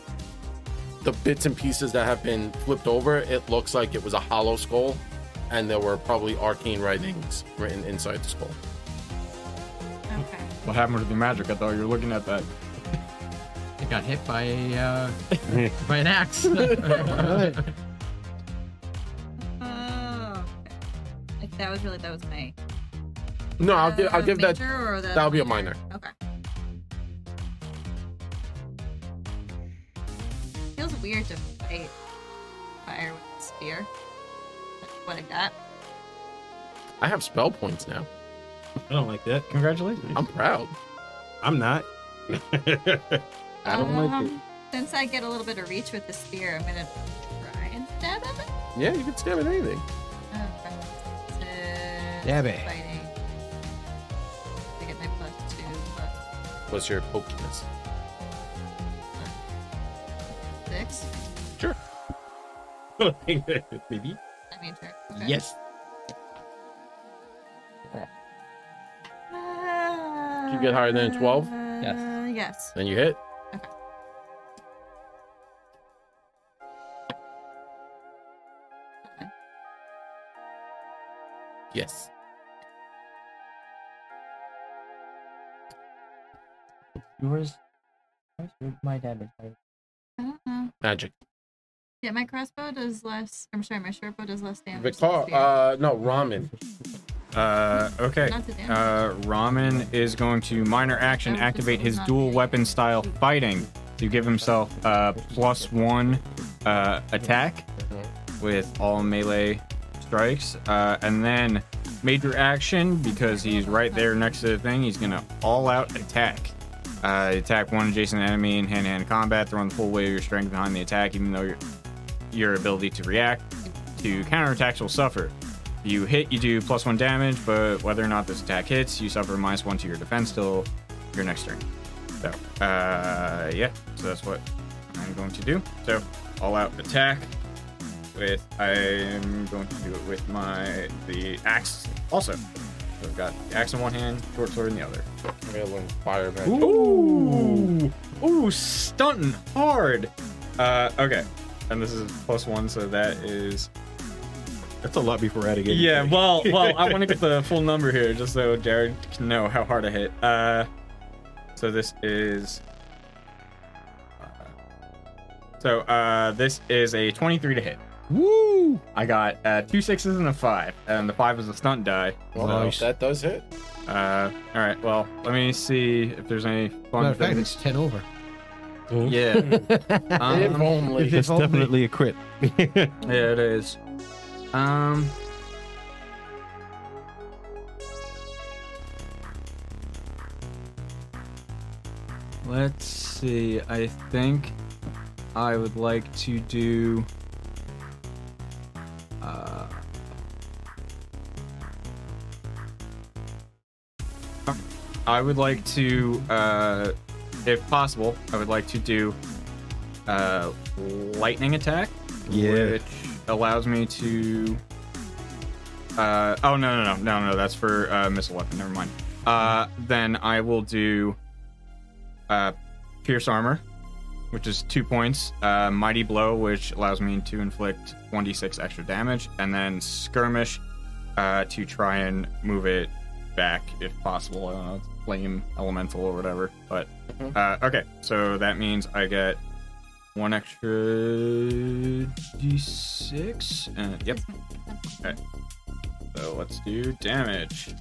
the bits and pieces that have been flipped over. It looks like it was a hollow skull, and there were probably arcane writings written inside the skull. Okay. what happened with the magic? I thought you were looking at that. It got hit by a uh, by an axe. Oh. okay. Like that was really that was my. No, I'll give, I'll Uh, give that. major or the That'll be a minor. Okay. Feels weird to fight fire with a spear. That's what I got. I have spell points now. I don't like that. Congratulations. I'm proud. I'm not. I don't like it. Um, Since I get a little bit of reach with the spear, I'm gonna try and stab at it. Yeah, you can stab at anything. Okay. So, Stab it. Fighting. I get my plus two. Plus What's your pokiness? six. Sure. Baby. I mean, sure. Okay. Yes. you get higher than a 12? Uh, yes. Then you hit. Yes. Yours? My damage. I don't know. Magic. Uh-huh. Yeah, my crossbow does less. I'm sorry, my shortbow does less damage. than Vicar, spear. uh, no, ramen. Uh, okay. Not the damage. Uh, Ramen is going to minor action Oh, this activate is his not dual me. weapon style fighting to give himself uh, plus one uh, attack with all melee strikes, uh, and then major action because he's right there next to the thing. He's gonna all out attack. Uh, attack one adjacent enemy in hand to hand combat, throwing the full weight of your strength behind the attack, even though your, your ability to react to counterattacks will suffer. You hit, you do plus one damage, but whether or not this attack hits, you suffer minus one to your defense till your next turn. So, uh, yeah, so that's what I'm going to do. So, all out attack with I'm going to do it with my the axe also. So I've got the axe in one hand, short sword in the other. fireman. Ooh, ooh, stunting hard. Uh, okay, and this is plus one, so that is That's a lot before adding it. yeah, well, well, I want to get the full number here just so Jared can know how hard I hit. Uh, so this is. uh, So uh, this is a 23 to hit. Woo! I got uh, two sixes and a five, and the five is a stunt die. Well, so, that does hit. uh, all right. Well, let me see if there's any Matter fun of fact, things. it's 10 over. Yeah, if um, only. If It's only- definitely a crit. yeah, it is. Um, Let's see. I think I would like to do. Uh, I would like to, uh, if possible, I would like to do uh, lightning attack, Yeah. which allows me to. Uh, oh no no no no no that's for uh, missile weapon. Never mind. Uh, then I will do uh, pierce armor, which is two points. Uh, mighty blow, which allows me to inflict 1d6 extra damage, and then skirmish uh, to try and move it back if possible. I don't know, it's flame elemental or whatever. But uh, okay, so that means I get one extra d6. Uh, yep. Okay. So let's do damage.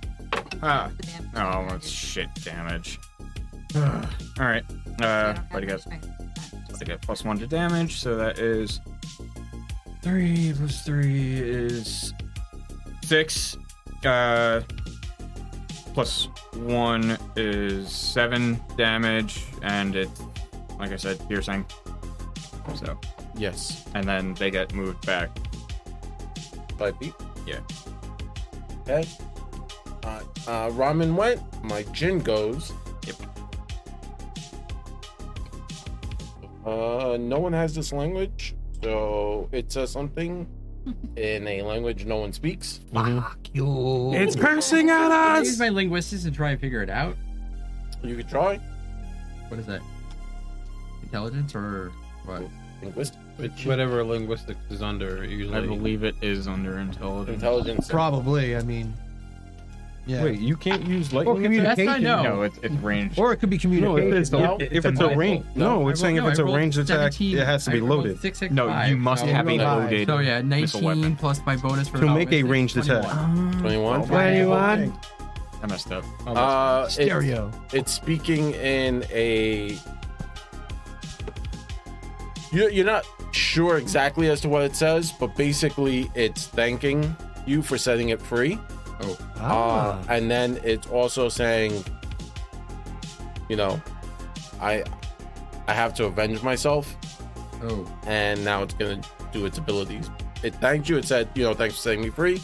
Ah. Oh, that's shit damage. All right. Uh, what do you guys? I get plus one to damage, so that is three plus three is six. Uh, plus one is seven damage, and it, like I said, piercing. So, Yes. and then they get moved back. Five feet. Yeah. Okay. Uh, uh, ramen went. My gin goes. Yep. Uh, no one has this language, so it's uh, something in a language no one speaks. It's cursing at Can I use us. my linguistics and try and figure it out? You could try What is that? Intelligence or what? linguistic, Mm-hmm. which Whatever linguistics is under usually. I believe it is under intelligence. intelligence. Probably, I mean. Yeah. Wait, you can't use Or lightning. Best communication. I know. No, it's, it's ranged. Or it could be No, communication. if it's, No, if it's it's, a a rifle. range, no, I it's rolled- saying no, if it's I a rolled ranged attack, 17. it has to I be rolled loaded. Six, six, No, five, you must so- have a rolled high. loaded. So yeah, missile weapon. 19 plus my bonus for To make development is a ranged attack. 21. Twenty-one. Twenty-one. I messed up. Uh, it's- Stereo. it's speaking in a you, you're not sure exactly as to what it says but basically it's thanking you for setting it free uh, Ah. and then it's also saying you know i i have to avenge myself Oh, and now it's gonna do its abilities it thanked you it said you know thanks for setting me free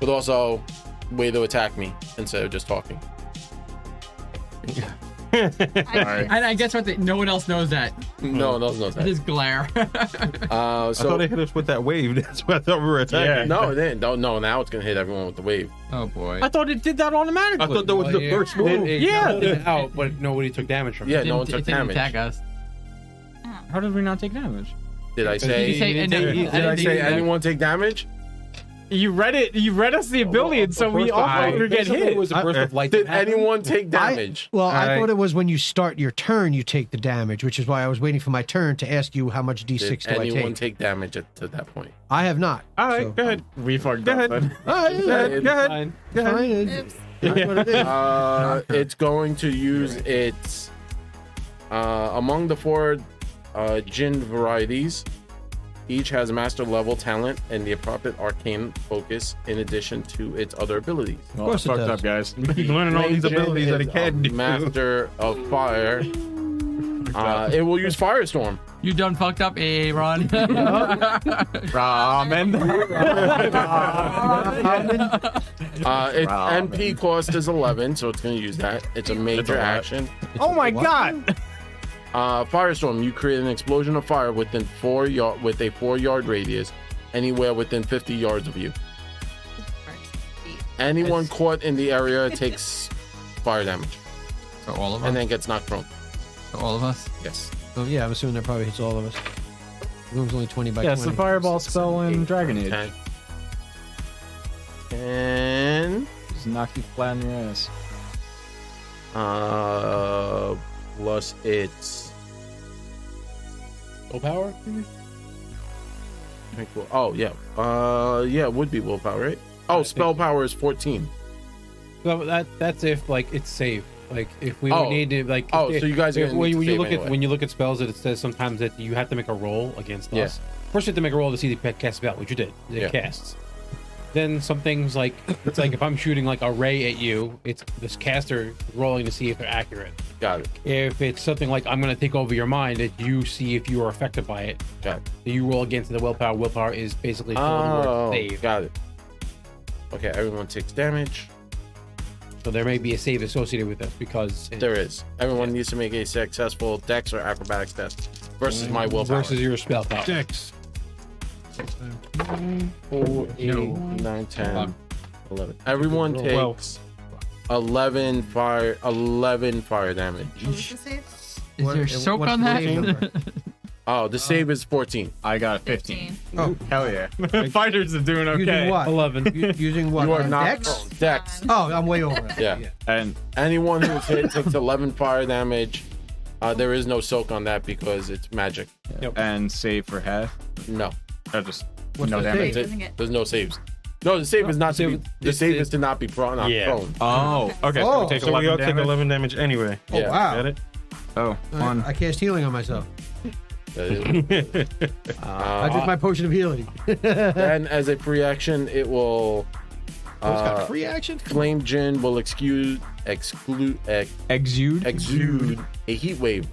but also way to attack me instead of just talking and I guess what they, no one else knows that. no no no It no is glare. uh I thought so they hit us with that wave. That's why I thought we were attacking. no it didn't no no now it's gonna hit everyone with the wave oh boy. I thought it did that automatically. I thought that was the first move. Yeah. It out, but nobody took damage from it. Yeah, no Didn't- one it took didn't damage. attack us. How did we not take damage? Did I Did say? you say? and- did and- I and- say and- anyone take damage? You read it. You read us the ability, and so we all I- thought we were getting Basically, It hit. was a burst of light. Did that happened. anyone take damage? Well, I Alright. thought it was when you start your turn, you take the damage, which is why I was waiting for my turn to ask you how much Did d6 do I anyone take. take damage at to that point? I have not. All right, so- go ahead. We fucked Go up. ahead. then. All right, yeah, It- Go ahead. Fine. it's fine. It's Oops. not what it is. Uh, it's going to use its uh, among the four uh, Jin varieties. Each has master level talent and the appropriate arcane focus, in addition to its other abilities. Well, course it fucked does. up, guys. He's learning all these Jin abilities that he is a can do. Master of fire. Uh, it will use firestorm. You done fucked up, Aaron. Uh, its Ramen. MP cost is 11, so it's going to use that. It's a major lot. action. Oh my What? god. Uh, firestorm. You create an explosion of fire within four yard with a four yard radius, anywhere within 50 yards of you. Anyone caught in the area takes fire damage. So all of and then gets knocked prone. So all of us. Yes. Oh, yeah, I'm assuming that probably hits all of us. The room's only 20 by yeah, 20. it's the fireball spell in Dragon Age. Okay. And Just knock you flat in your ass. uh, plus it's Willpower? Okay, cool. Oh yeah. Uh yeah, it would be willpower, right? Oh, spell power is 14. So that that's if like it's safe. Like if we Oh. need to like. Oh, if- so you guys are if- gonna when, need to when you save look anyway. at when you look at spells that it says sometimes that you have to make a roll against Yeah. us. First, you have to make a roll to see the pet cast spell, which you did. It Yeah. casts. Then some things like it's like if I'm shooting like a ray at you, it's this caster rolling to see if they're accurate. Got it. If it's something like I'm going to take over your mind, that you see if you are affected by it, Got it. you roll against the willpower. Willpower is basically Oh, forward save. got it. Okay, everyone takes damage. So there may be a save associated with this because it- There is. Everyone needs to make a successful dex or acrobatics test versus my willpower. Mm, versus your spell power. Six. Four, eight, nine, 10, 11. Everyone takes Well- 11 fire 11 fire damage. Is there soap on that? Oh, the save is 14. I got a 15. Oh. Hell yeah. Fighters are doing okay. Using what? Eleven. U- using what? You are Uh, not Dex? Dex. Oh, I'm way over. it. Yeah. And Anyone who is hit takes 11 fire damage. Uh, there is no soak on that because it's magic. and save for half. No. That just What's no the damage. save? That's it. There's no saves. No, the save is not to be, the save is to not be prone. Not Yeah. prone. Oh, okay. So Oh. we take So we 11 all damage. take 11 damage anyway. Oh, Yeah. wow. Got it? Oh, All fun. right, I cast healing on myself. I Uh, did my potion of healing. and as a free action, it will. Uh, Oh, free action? Flame Jin will excuse, exclude, ex, Exude. exude a heat wave,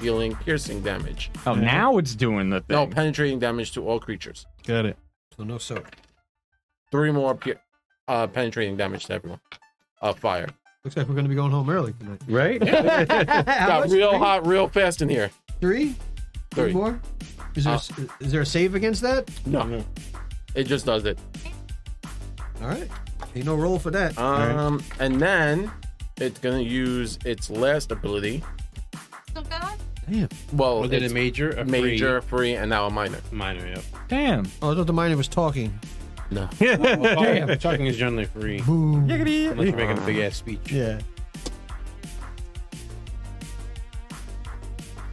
dealing piercing damage. Oh, now it's doing the thing. No, penetrating damage to all creatures. Got it. So no soak. Three more pe- uh, penetrating damage to everyone. Uh, fire. Looks like we're going to be going home early tonight. Right? How Got much? real Three? hot, real fast in here. Three? Three. more? Is there, a Uh, s- is there a save against that? No, it just does it. All right. Ain't no roll for that. Um, and then it's gonna use its last ability. Still gone? Damn. Well, Well, then a it's major, a free, major, free. and now a minor. minor. Yeah. Damn. Oh, I thought the miner was talking. No. Well, talking is generally free Boom. unless you're making a big ass speech. Yeah.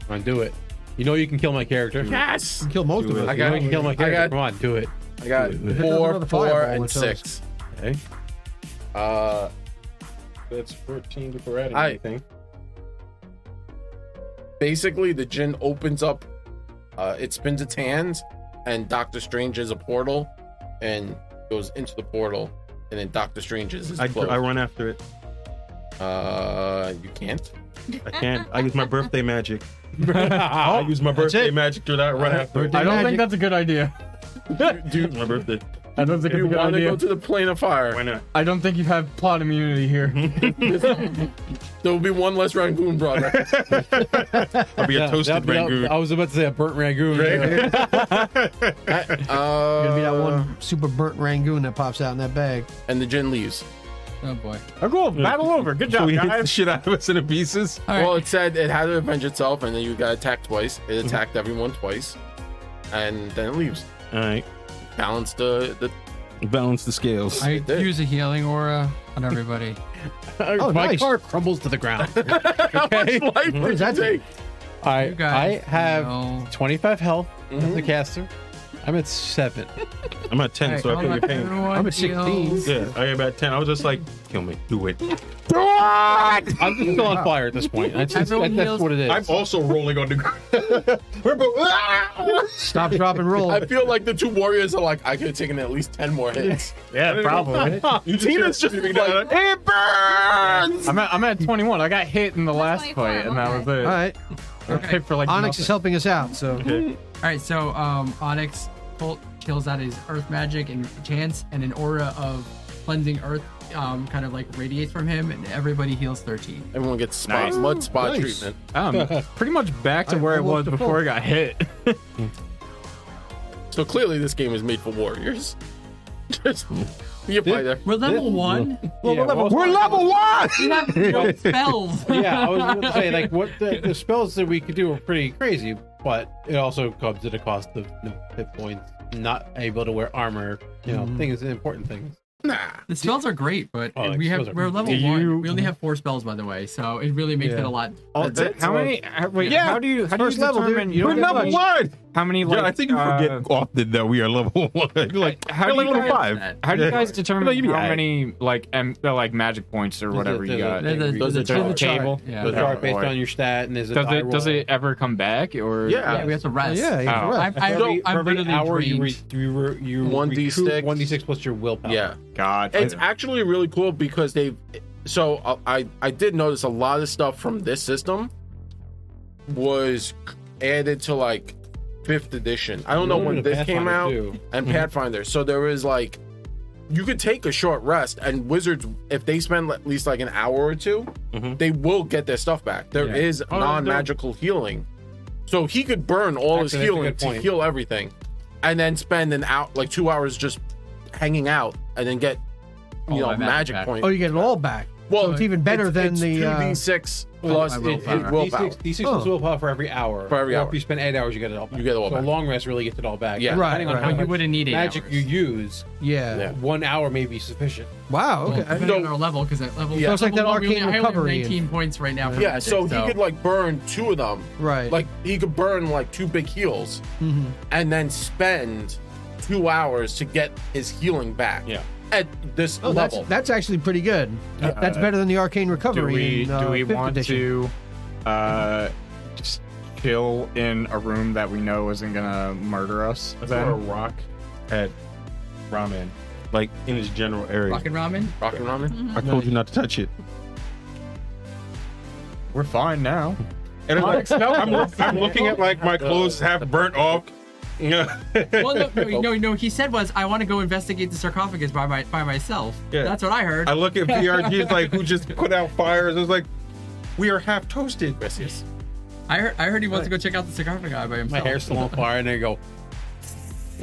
Come on, do it. You know you can kill my character. Yes. Kill most of us. I You know got- you can kill my I character. got- Come on, do it. I got four, another four, fireball and with those. six. Okay. Uh, That's 14 to karate. I- I think. basically, the gin opens up. Uh, it spins its hands, and Doctor Strange is a portal, and goes into the portal, and then Doctor Strange is his I, I clothes. run after it. Uh, you can't. I can't. I use my birthday magic. Oh, I use my birthday magic to that run after it. I don't think that's a good idea. Dude, my birthday. I don't think If you want to go to the plane of Why fire, not? I don't think you have plot immunity here. there will be one less Rangoon, brother. Uh, I'll be a toasted That- that- rangoon. I was about to say a burnt rangoon. Uh, Gonna be that one super burnt Rangoon that pops out in that bag. and the gin leaves. Oh boy. Oh, cool. Battle over. Good job, we hit the guys. shit out of us into pieces. All right. Well, it said it had to avenge itself, and then you got attacked twice. Mm-hmm. It attacked everyone twice, and then it leaves. All right. Balance the the. Balance the scales. I use a healing aura on everybody. Oh, my nice. car crumbles to the ground. Life did does that you do? take? I You I guys have know. 25 health as a caster. I'm at seven. I'm at 10, Alright, so I how feel much your pain. everyone I'm at 16. heals? Yeah, I am at 10. I was just like, kill me. Do it. Ah, I'm just still on fire at this point. That's, that's, Everyone that's heals- what it is. I'm also rolling on the ground. We're both. Ah! Stop, drop, and roll. I feel like the two warriors are like, I could have taken at least ten more hits. Yeah, probably. You Tina's just like, it burns! I'm at, I'm at 21. I got hit in the last 24, fight, and that was okay. it. All right. I was hit for like Onyx is helping us out, so. All right, so um, Onyx Bolt kills out his earth magic and chance, and an aura of cleansing earth um, kind of like radiates from him, and everybody heals 13. Everyone gets spot mud spot treatment. Um, pretty much back to I'm where it almost was a before full. I got hit. So clearly, this game is made for warriors. Just you play there. We're level one. Well, Yeah, level- we're level one. You have no spells. yeah, I was going to say like what the, the spells that we could do are pretty crazy, but it also comes at a cost of you know, hit points, not able to wear armor, you know, Mhm. things important things. The spells are great, but Oh, like, we have spells are- we're level Do one. you- We only have four spells, by the way, so it really makes Yeah. it a lot. Oh, That's it. How many? How, wait, Yeah, how do you? How do you first level, dude. determine? You don't We're get level much. one. How many? Like, yeah, I think you forget uh, often that we are level one. You're like, How we're do you level guys- five? How do you Yeah. guys Like, determine you'd be how all right. many like em, uh, like magic points or whatever you there's a- got? there's a- You- there's a there's chart. table. Yeah. There's a chart based Or- on your stat, and there's a Does die it does roll. it ever come back or? Yeah. Yeah, we have to rest. Yeah, yeah, Oh. right. I, I, Every, I'm every literally hour you re, drained. you re, you 1d6. one d six plus your willpower. Yeah, God. it's actually really cool because they. So uh, I I did notice a lot of stuff from this system was added to like fifth edition. I don't know when this came out. and Mm-hmm. Pathfinder. So there is like, you could take a short rest, and wizards, if they spend at least like an hour or 2 Mhm. they will get their stuff back. There Mm-hmm. Yeah. is Oh, no, non-magical healing, so he could burn all Actually, his that's a healing good to point. heal everything, and then spend an out like two hours just hanging out, and then get you All know my magic magic back. point. Oh, you get it all back. well, so it's even better it's- than it's the, two uh, d six plus my it, willpower. it willpower. D six plus Oh. willpower for every hour. For every Or hour. If you spend eight hours, you get it all. Back. You get it all so back. a long rest really gets it all back. Yeah. Right, Depending on right. how But you much wouldn't need eight magic hours. you use, Yeah. Yeah. one hour may be sufficient. Wow. Well, Okay. depending on No. our level, because at level, Yeah. So it's like level that one, we only- arcane I only have recovery. 19 points right now. For Yeah, magic, so he could like burn two of them. right. Like he could burn like two big heals. Mhm. and then spend two hours to get his healing back. Yeah. At this Oh, that's level. Uh, that's actually pretty good. that's better than the arcane Do recovery. we in, uh, do we fifth want edition. to uh just chill in a room that we know isn't gonna murder us? That's then? where Rock had ramen, like in his general area. rocket ramen. Rock and ramen. I told you not to touch it. We're fine now. And I'm, like, I'm, look- I'm looking at like my clothes half burnt off. Yeah. Well, no, no, no, no, He said was I want to go investigate the sarcophagus by my by myself. Yeah. That's what I heard. I look at VRGs like who just put out fires. I was like, we are half toasted. Yes. I heard, I heard he wants to go check out the sarcophagus by himself. My hair's still on fire, and they go.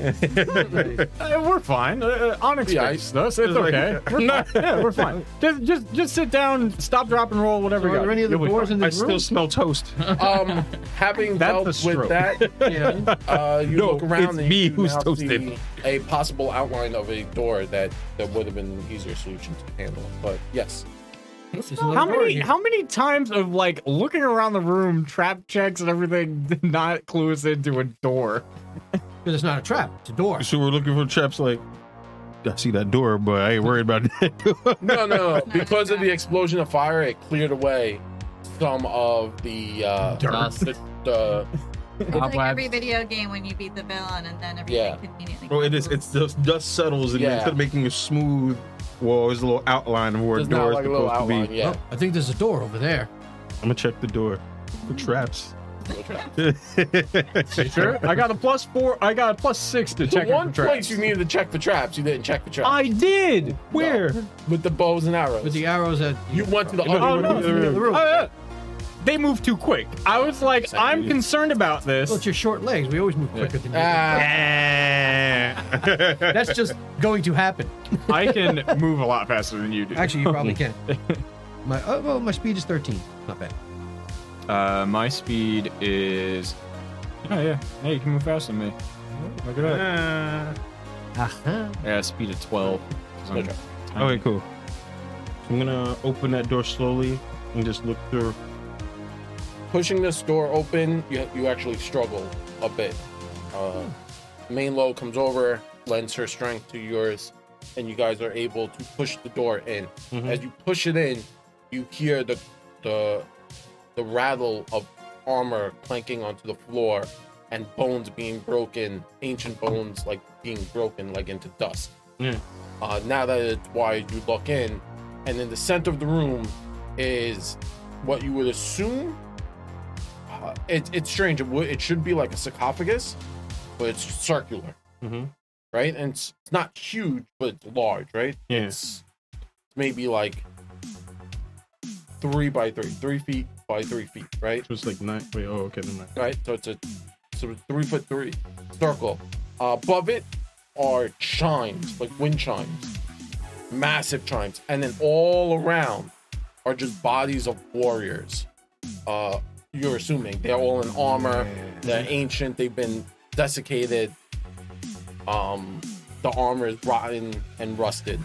Uh, we're fine. Uh, Onyx Yeah, fixed us. It's like- okay. we're fine. Yeah, we're fine. Just, just, just sit down. Stop, drop, and roll. Whatever. Are you got. there any of the You'll be doors in fine. I this room? still smell toast. Um, having That's a dealt with stroke. that, yeah. uh, you No, look around it's and me you who's now toasted. see a possible outline of a door that that would have been an easier solution to handle. But yes, How many? How many times of like looking around the room, trap checks and everything, did not clue us into a door? Because it's not a trap. It's a door. So we're looking for traps. Like, I see that door, but I ain't worried about that door. no, no, no. Not because of the that. explosion of fire, it cleared away some of the uh, Dust. The, the, It's Cobwebs. like every video game when you beat the villain and then everything Yeah. conveniently. Well, oh, it is. It's just dust settles, and Yeah. instead of making a smooth wall, it's a little outline of where a there's door not is like a little supposed to outline. be. Yeah. Oh, I think there's a door over there. I'm gonna check the door for traps. Sure. I got a plus four. I got a plus six to The check one out for traps. place you needed to check for traps, you didn't check for traps. I did. Where? With the bows and arrows. With the arrows that You went to Oh, the No, other you went to room. the other room. Uh, they move too quick. I was like, I'm concerned about this. Well, it's your short legs. We always move quicker than you. Ah, That's just going to happen. I can move a lot faster than you do. Actually, you probably can. My oh, well, my speed is 13. Not bad. Uh, my speed is. Oh yeah. Hey, you can move faster than me. Look at that. Uh, Uh-huh. Yeah, speed of twelve. 'cause I'm- Okay. Okay, cool. I'm gonna open that door slowly and just look through. pushing this door open, you, you actually struggle a bit. Uh, Main Low comes over, lends her strength to yours, and you guys are able to push the door in. As you push it in, you hear the the the rattle of armor clanking onto the floor and bones being broken, ancient bones like being broken like into dust. Yeah. Uh, now that it's wide, you look in, and in the center of the room is what you would assume. Uh, it, it's strange. It, would, it should be like a sarcophagus, but it's circular, Mhm. right? And it's, it's not huge, but it's large, right? Yeah. It's maybe like three by three, three feet by three feet, right? So it's like nine. Wait, oh, okay, never mind. Right? So it's a so it's three foot three circle. above it are chimes, like wind chimes, massive chimes, and then all around are just bodies of warriors. Uh, you're assuming they're all in armor. They're ancient. They've been desiccated. Um, the armor is rotten and rusted.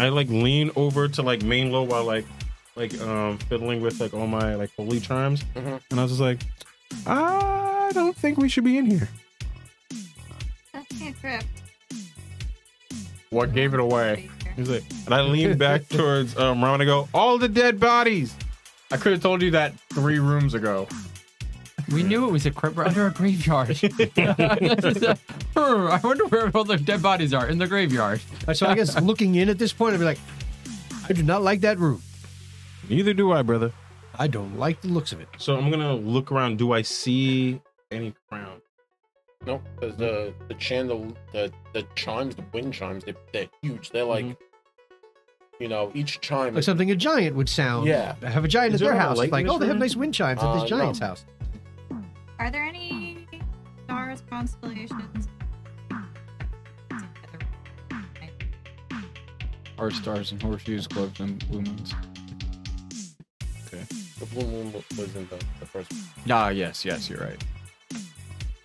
I like lean over to like main low while like like um fiddling with like all my like holy chimes, and I was just like, I don't think we should be in here. That's your crypt. What gave it away? He's like, and I lean back towards um Ron and go, all the dead bodies. I could have told you that three rooms ago. We knew it was a crypt. We're under a graveyard. This is a- Brr, I wonder where all the dead bodies are in the graveyard. Uh, So I guess looking in at this point, I'd be like, I do not like that room. Neither do I, brother. I don't like the looks of it. So I'm gonna look around. Do I see any crown? No, because the the chandel the the chimes, the wind chimes, they they're huge. They're like, you know, each chime. Like is- something a giant would sound. Yeah. Have a giant Is at there their a house. light in Like, this oh, they have room? nice wind chimes at Uh, this giant's no. house. Are there any stars, constellations? Our stars and horseshoes, gloves and blue moons. the blue moon was in the, the first. one. Ah, yes, yes, you're right.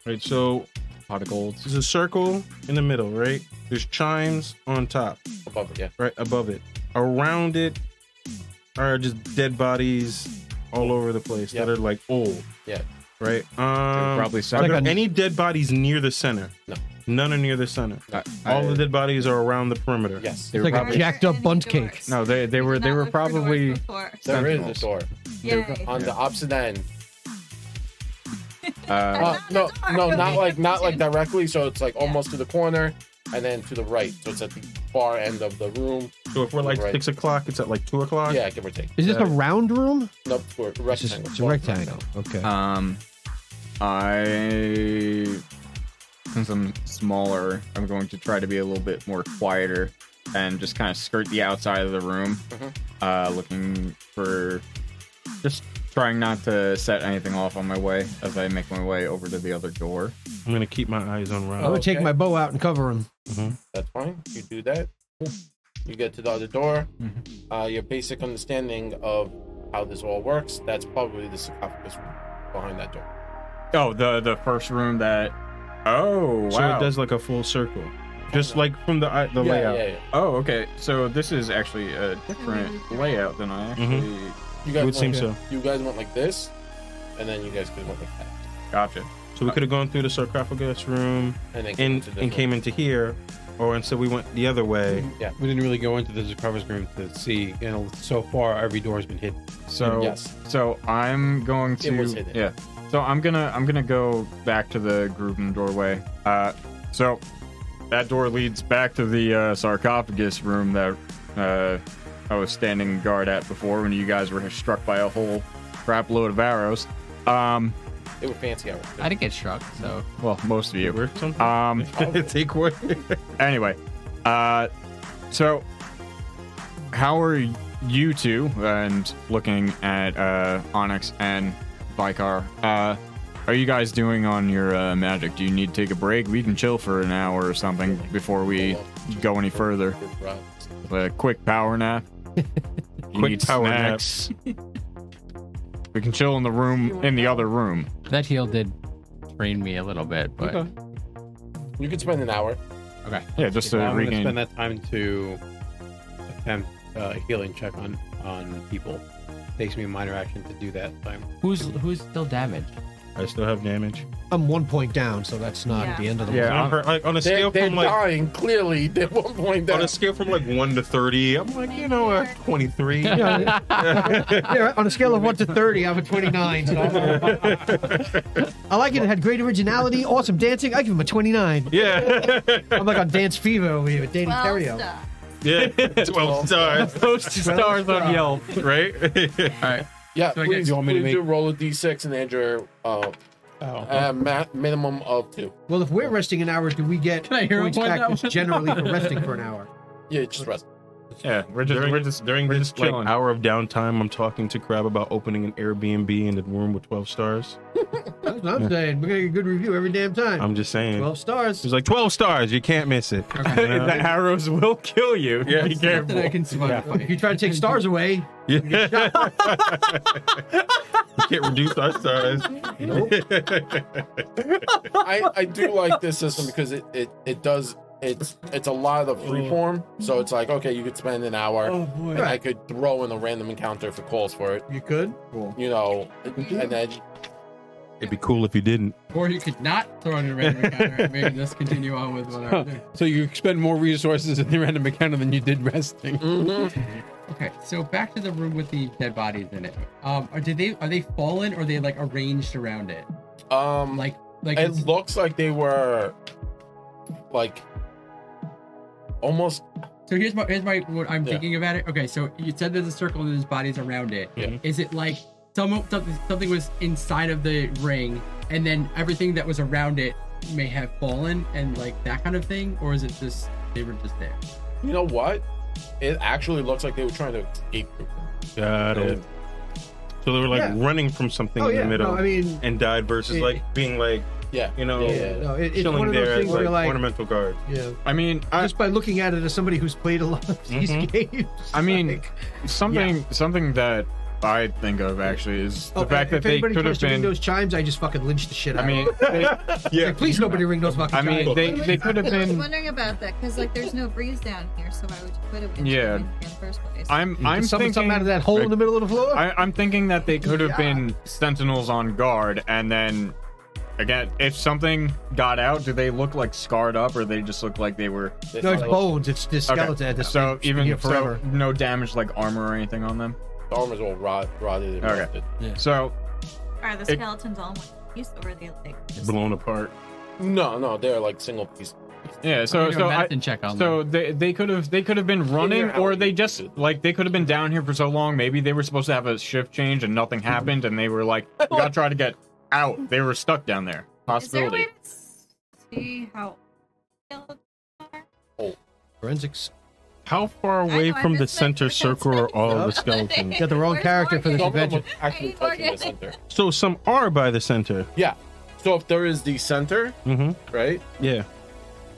Right. So Pot of gold. There's a circle in the middle, right? There's chimes on top, above it, yeah. right above it. Around it are just dead bodies all over the place that are like old, Yeah. right? Um, probably are separate. there any dead bodies near the center? No. None are near the center. I- all I- the dead bodies are around the perimeter. Yes. They It's were like probably a jacked up bunt cake. no. They they were they were probably There is Sentinels. a door Yay. on the opposite end. uh, Uh, no, no, not like not like directly. So it's like almost to the corner, and then to the right. So it's at the far end of the room. So if we're like Right. six o'clock, it's at like two o'clock. Yeah, give or take. Is this a round room? Nope, for It's, just, rectangle. it's a rectangle. Okay. um, I since I'm smaller, I'm going to try to be a little bit more quieter and just kind of skirt the outside of the room, Mhm. uh, looking for just trying not to set anything off on my way as I make my way over to the other door. I'm gonna keep my eyes on Ron. I would take okay. my bow out and cover him. That's fine. You do that. You get to the other door. Uh, your basic understanding of how this all works. That's probably the sarcophagus behind that door. Oh, the the first room that. Oh wow. So it does like a full circle, just like from the eye- the yeah, layout. yeah, yeah. Oh, okay. So this is actually a different layout than I actually You It guys would seem went, so. You guys went like this, and then you guys could went like that, gotcha. So we could have gone through the sarcophagus room and then and into this and one. came into here, or instead we went the other way. We didn't really go into the Zakrava's room to see, and so far every door has been hidden. So Yes. so I'm going to was hidden. yeah. So I'm gonna I'm gonna go back to the Grubin doorway. Uh, so that door leads back to the uh, sarcophagus room that uh, I was standing guard at before when you guys were struck by a whole crap load of arrows. Um, They were fancy hours. I didn't get struck, so well, most of you. Or something. Uh, Um, Take one. anyway, uh, so how are you two? And looking at uh, Onyx and Vicar, uh, are you guys doing on your uh, magic? Do you need to take a break? We can chill for an hour or something before we go any further. Right. A quick power nap. You Quick need power nap. snacks. We can chill in the room in the other room. that heal did drain me a little bit, but You could spend an hour. Yeah, just to I'm going to regain. spend that time to attempt uh, a healing check on on people. Takes me a minor action to do that time. who's who's still damaged? I still have damage. I'm one point down, so that's not Yeah. the end of the Yeah, world. And I'm hurt, like on a They're, scale they're from like dying clearly. They won't point on down. a scale from like one to thirty, I'm like you know uh, twenty three. Yeah, on a scale of 1 to 30, I'm a 29. So I like it. It had great originality, awesome dancing. I give him a 29. Yeah, I'm like on dance fever over here with Danny Well, Terrio. stuff. yeah, twelve stars, Post stars on Yelp. right? yeah, I please, guess- you You want want me to do roll a d6 and add your uh, uh, ma- minimum of two. Well, if we're resting an hour, do we get I hear him points point back that just one? generally for resting for an hour? Yeah, just rest. Yeah, we're just during, we're just during we're this just like chilling. hour of downtime, I'm talking to Crab about opening an Airbnb in a room with 12 stars. That's what I'm saying. We're gonna get a good review every damn time. I'm just saying. Twelve stars. He's like 12 stars. You can't miss it. the You know? arrows will kill you. Yeah. Be careful. I can If you try to take stars away, Yeah. you can't reduce our stars. I, I do like this system because it, it, it does it's it's a lot of the freeform. So it's like okay, you could spend an hour, Oh, boy. and I could throw in a random encounter if it calls for it. you could. You know, and then It'd be cool if you didn't. Or you could not throw it in a random encounter and maybe just continue on with what I'm doing. So you expend more resources in the random encounter than you did resting. Mm-hmm. Okay, so back to the room with the dead bodies in it. Um, are did they are they fallen or are they like arranged around it? um, Like like it it's- looks like they were like almost so here's my here's my what I'm Yeah. thinking about it. Okay, so you said there's a circle and there's bodies around it. Is Yeah. it like some something something was inside of the ring and then everything that was around it may have fallen and like that kind of thing, or is it just they were just there? you know what? It actually looks like they were trying to escape. Got it. So they were like Yeah. running from something Oh in the yeah. middle No, I mean, and died versus It- like being like, Yeah. you know, yeah. No, it, it's one chilling of those there as things where like, you're like, ornamental guard. yeah. I mean, I, Just by looking at it as somebody who's played a lot of these Mhm. games. Mm-hmm. I mean, like- something something that I think of actually is the Oh, fact if that they anybody could tries have to ring been. those chimes, I just fucking lynch the shit out. I mean, of they, them. Yeah. Like, please nobody ring those fucking I chimes. mean, they Well, they it's- could have I was been. wondering about that because like there's no breeze down here, so why would you put it in, Yeah. in the first place? I'm Can I'm summon thinking something out of that hole in the middle of the floor. I, I'm thinking that they could have been sentinels on guard, and then again, if something got out, do they look like scarred up, or they just look like they were? no, it's bones. It's this Okay. skeleton at this so point. It's been even here so, forever. no damage like armor or anything on them. The armors all rot, rotted. And Okay. rusted. So Are the it- skeletons all in one piece, or are they like just Blown apart. No, no, they're like single piece. yeah, so I'm gonna do so a I, medicine check on so they they could have they could have been running, your or alley. they just like they could have been down here for so long. Maybe they were supposed to have a shift change and nothing Mm-hmm. happened, and they were like, "We gotta try to get out." They were stuck down there. Is there a way Possibility. to see how skeletons are? Forensics. How far away know, I from the missed that center because- circle are all the skeletons? Got the wrong Where's character for this Morgan? Some of adventure. them are actually touching the center. So some are by the center. Yeah. So if there is the center, Mm-hmm. right? Yeah.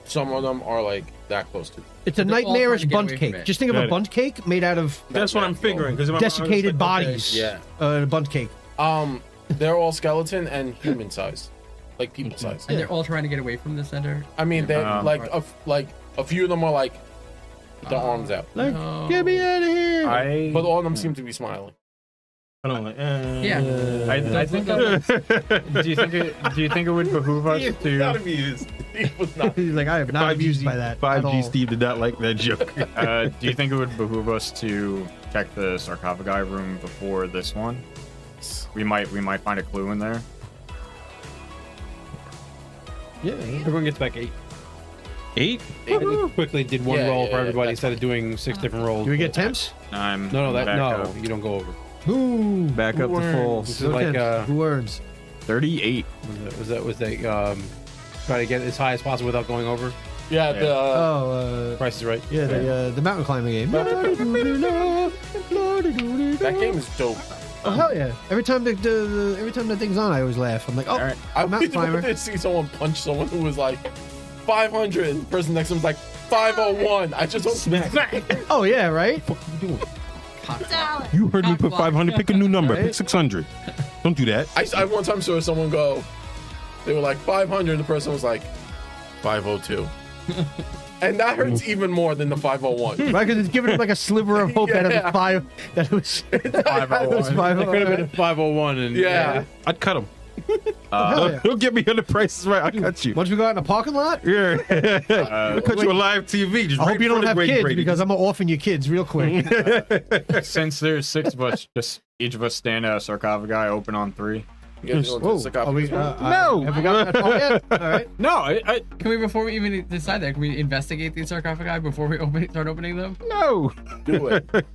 Some of them are like that close to. It's a They're all trying nightmarish to get bunt away cake. from it. Just think of Got a it. bunt cake made out of That's what I'm figuring. Because desiccated bodies. yeah. Uh, bunt cake. Um, they're all skeleton and human size, like people size. And they're all trying to get away from the center. I mean, they Um, like a, f- like a few of them are like the arms out, Like, No. get me out of here. I but all of them seem to be smiling. I'm like, eh. Yeah. I, I think. do you think it? Do you think it would behoove us to It was not. He's like, I am not amused by that. at Five G all. Steve did not like that joke. Uh, do you think it would behoove us to check the sarcophagi room before this one? We might we might find a clue in there. Yeah. Everyone gets back eight. Eight. I just quickly did one Yeah, roll yeah, for yeah, everybody that's instead of doing six different rolls. Do we get temps? I'm No, no, that back no, up, you don't go over. Ooh. back up to full This is No like temps. uh, Who earns? thirty-eight. was that was that was that um, try to get as high as possible without going over. Yeah. The, oh, uh, Price is right. yeah, the, uh, the mountain climbing game. that game is dope. Oh hell yeah! Every time the, the, the every time that thing's on, I always laugh. I'm like, oh, Alright. I mountain really wanted climber. to see someone punch someone who was like 500, and the person next to him was like 501. I just smack. Oh yeah, right. Salad. You heard me Cock put block. 500. Pick a new number. Right? Pick 600. Don't do that. I, I one time saw someone go, they were like 500, and the person was like 502. and that hurts even more than the 501. Right, because it's giving him like a sliver of hope out of Yeah. the five that it was. That oh was five. It could have been five hundred one, and yeah. I'd cut him. Oh, Hell yeah. Don't get me on the prices right. I cut you. Once we go out in the parking lot, Yeah. I'll cut you a live TV. Just I right hope you in front don't of have Greg kids Brady. because I'm gonna orphan your kids real quick. Since there's six of us, just each of us stand at a sarcophagi open on three. You guys going to Whoa, stick up are we, this uh, one? uh, No. have we got that far yet? All right. No, I, I Can we, before we even decide that, can we investigate these sarcophagi before we open start opening them? no. do it. I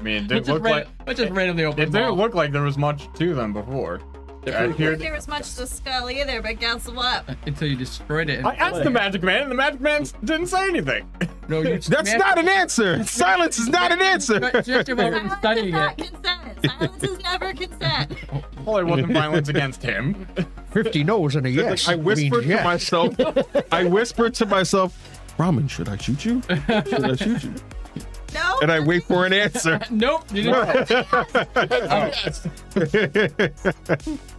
mean, Let's it didn't just, look ran- like let's just randomly open it them didn't all. look like there was much to them before. I, I appeared, there was much to skull either, but guess what? until you destroyed it. I asked the magic man, and the magic man s- didn't say anything. No, you That's not an answer. Silence is not an answer. Just have already studying it. Consent. Silence is never consent. Well, it wasn't violence against him. 50 no's and a yes. I whispered means to yes. myself. I whispered to myself, Ramen, should I shoot you? Should I shoot you? No. And I wait for an answer. Nope. You didn't.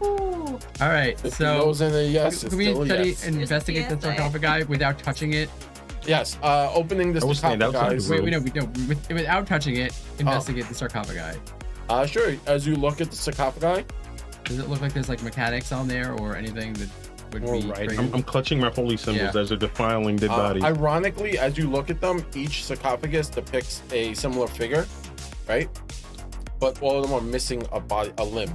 Ooh. All right. So Those and a yes. can It's we still a study yes. and investigate the PSA. sarcophagi without touching it? Yes. Uh, opening this I will stand outside sarcophagus. the Wait, we know we know with, without touching it. Oh. Investigate the sarcophagi. Uh, sure. As you look at the sarcophagi, Does it look like there's like mechanics on there or anything that would All be? right, crazy? I'm, I'm clutching my holy symbols Yeah. as they're defiling their uh, bodies. ironically, as you look at them, each sarcophagus depicts a similar figure, right? But all of them are missing a body, a limb.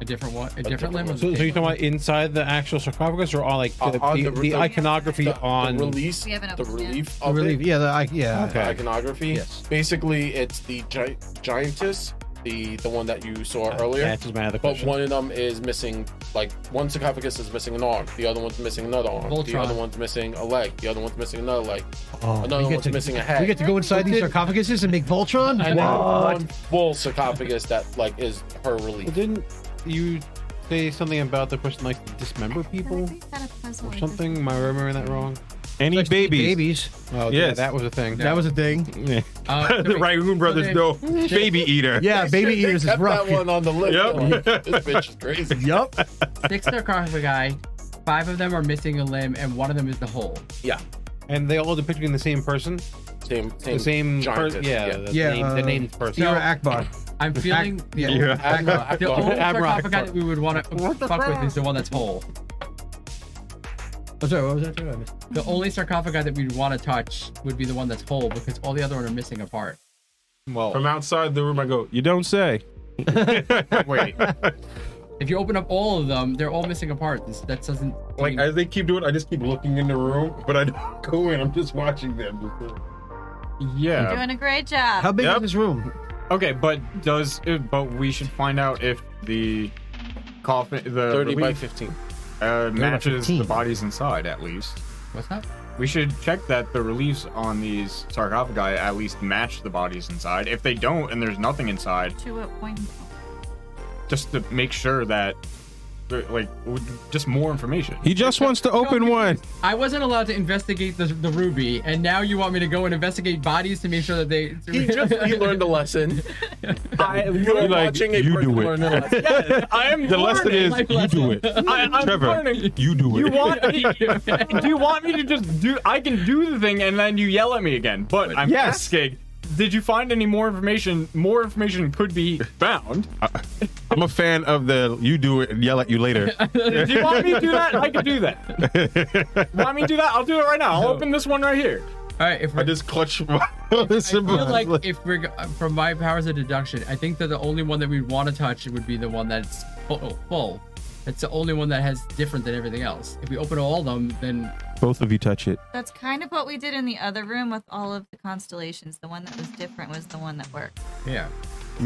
a different one, a different different limb. one. of the So, so you're paper? talking about inside the actual sarcophagus, or on like the, Uh, on the, the- the the- iconography The, the on? release, We haven't the opened it. relief I of believe- it, Yeah, the, I, yeah. Okay. iconography. Yes. Basically, it's the gi- giantess, the the one that you saw That earlier. answers my other But question. one of them is missing, like one sarcophagus is missing an arm, the other one's missing another arm, Voltron. the other one's missing a leg, the other one's missing another leg, Oh, another we, one's get to, missing a head. we get to go inside these sarcophaguses and make Voltron? and then one full sarcophagus that like is her Well, relief. didn't you say something about the person like to dismember people or something? Am I remembering that wrong? Any babies? Babies. Oh, yeah, Yes. that was a thing. That was a thing. Uh, so the wait, Ragoon brothers they- know baby eater. Yeah, baby They eaters is kept rough. that one on the list. Yep. They're like, this bitch is crazy. Yup. Six sarcophagi. Five of them are missing a limb, and one of them is the whole. Yeah, and they all depicting the same person, same same, the same person. giantess, Yeah, The, Yeah, name, the uh, named person. Sierra Akbar. I'm feeling yeah. Akbar, The only Akbar. Abra- sarcophagi that we would want to fuck with is the one that's whole. Oh, sorry, what was that? Sorry, I missed- The only sarcophagi that we'd want to touch would be the one that's whole because all the other one are missing a part. From outside the room, I go, You don't say. Wait. if you open up all of them, they're all missing a part. This, that doesn't Like, I, as they keep doing it, I just keep looking in the room, but I don't go in. I'm just watching them. You're Yeah. doing a great job. How big Yep. is this room? Okay, but does it, but we should find out if the coffin the thirty by relief, fifteen. uh, matches 15. the bodies inside at least. what's up? We should check that the reliefs on these sarcophagi at least match the bodies inside. If they don't and there's nothing inside, To what point? just to make sure that there- like w- just more information. He just wants to open one. I wasn't allowed to investigate the, the ruby, and now you want me to go and investigate bodies to make sure that they. He just he learned a lesson. You are like, watching a you person do it. learn a lesson. I am The lesson is, Life You do it. I, am Trevor, learning. You do it. You want me? do you want me to just do? I can do the thing, and then you yell at me again. But I'm Yes. asking. Did you find any more information? More information could be found. I'm a fan of the you do it and yell at you later. Do you want me to do that? I can do that. want me to do that? I'll do it right now. I'll open this one right here. All right, if I we're, just clutch my I feel like if we're go- uh, from my powers of deduction, I think that the only one that we'd want to touch would be the one that's full. full. That's the only one that has different than everything else. If we open all of them, then Both of you touch it. That's kind of what we did in the other room with all of the constellations. The one that was different was the one that worked. yeah.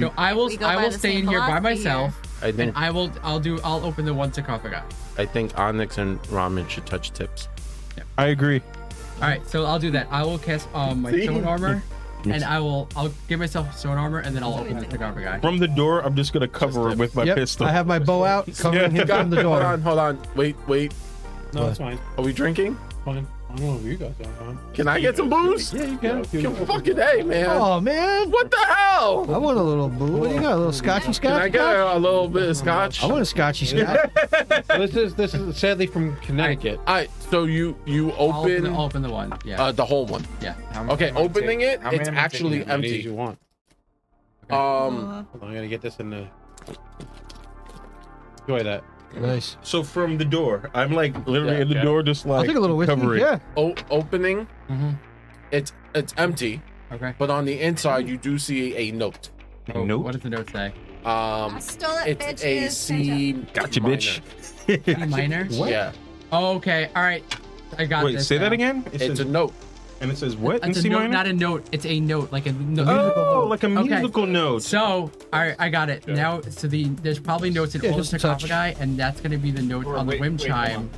So I will We go I by will the stay same in here by philosophy myself, I and think I will I'll do I'll open the one sarcophagi. I think Onyx and Ramen should touch tips. I agree. All right, so I'll do that. I will cast um, my stone armor, and I will I'll give myself stone armor, and then I'll open the sarcophagi. From the door, I'm just gonna cover it with my Yep. pistol. I have my bow out, covering him from the Hold door. on, hold on. Wait, wait. no, it's fine. Are we drinking? Fine. I don't know if you guys are fine. Can I get some booze? Yeah, you can. Can- Fucking hey, man. Oh man, What the I hell? want a little boo. What do you got? A little scotchy Can scotch? I get a little bit of scotch? I want a scotchy scotch. this is this is sadly from Connecticut. All right, so you you I'll open, I'll open open the one. Yeah, uh, the whole one. yeah. Okay, opening it, how many it's am I taking? actually How many as empty. you want? Um, Oh, Hold on, I'm gonna get this in the. Enjoy that. Nice. So from the door, I'm like literally in the yeah. door, just like I'll take a little whiskey. covering. Yeah. o- opening, it's it's empty, Okay. but on the inside you do see a note. Oh, What does the note say? Um, stole it's a C. Gotcha, bitch. E minor. minor. Yeah, Oh, okay. All right. I got Wait, this. say that now. again. It it's says, a note. and it says what? in That's a C note, minor? not a note. It's a note, like a note. oh, like a Okay. musical note. So, all right, I got it. Now, so the there's probably notes in all the just a touch. sarcophagi, and that's gonna be the note on the wait, whim wait, hold chime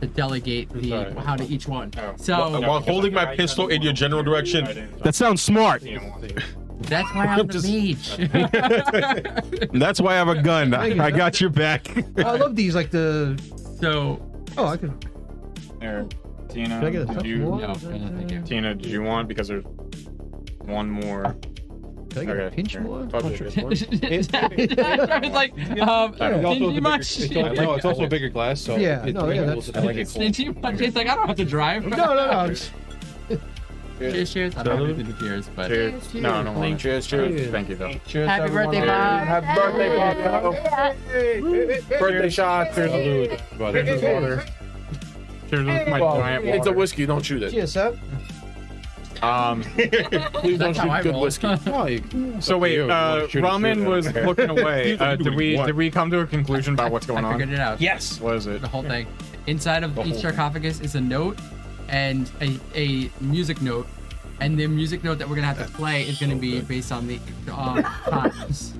to delegate the how to each one. So while, while holding my pistol in your general direction. That sounds smart. that's why I'm the mage. That's why I have a gun. I got your back. I love these, like the. So Oh, I can. There, Tina. Can I get a did tough you, roll? no, thank you. Tina, did you want? Because there's one more. Can I get a Okay, pinch here. more? Fuck it. I was like, um, I don't know. Also a stingy bigger- much. it's also- no, it's also a bigger glass, so Yeah, it's no, yeah, that's- I like it cold. Stingy much. It's like I don't have to drive. No, no, no. it's- Cheers, cheers. I don't have anything to cheers, but Cheers. No, I don't want Cheers, cheers. Thank you, though. Cheers, Happy everyone. birthday, Bob. Happy birthday, Bob. Birthday shot. Cheers, But- water. Cheers with my giant water. It's a whiskey. Don't shoot it. Cheers, sir. Um, Please don't That's how I shoot good roll. whiskey. Oh, you- so wait, you wanna uh, shoot it, shoot Ramen it. was looking away. Uh, did we What? did we come to a conclusion about what's going I figured on? it out. Yes. What is it? The whole thing. Inside of each sarcophagus is a note and a, a music note, and the music note that we're gonna have to play is gonna be based on the um, times.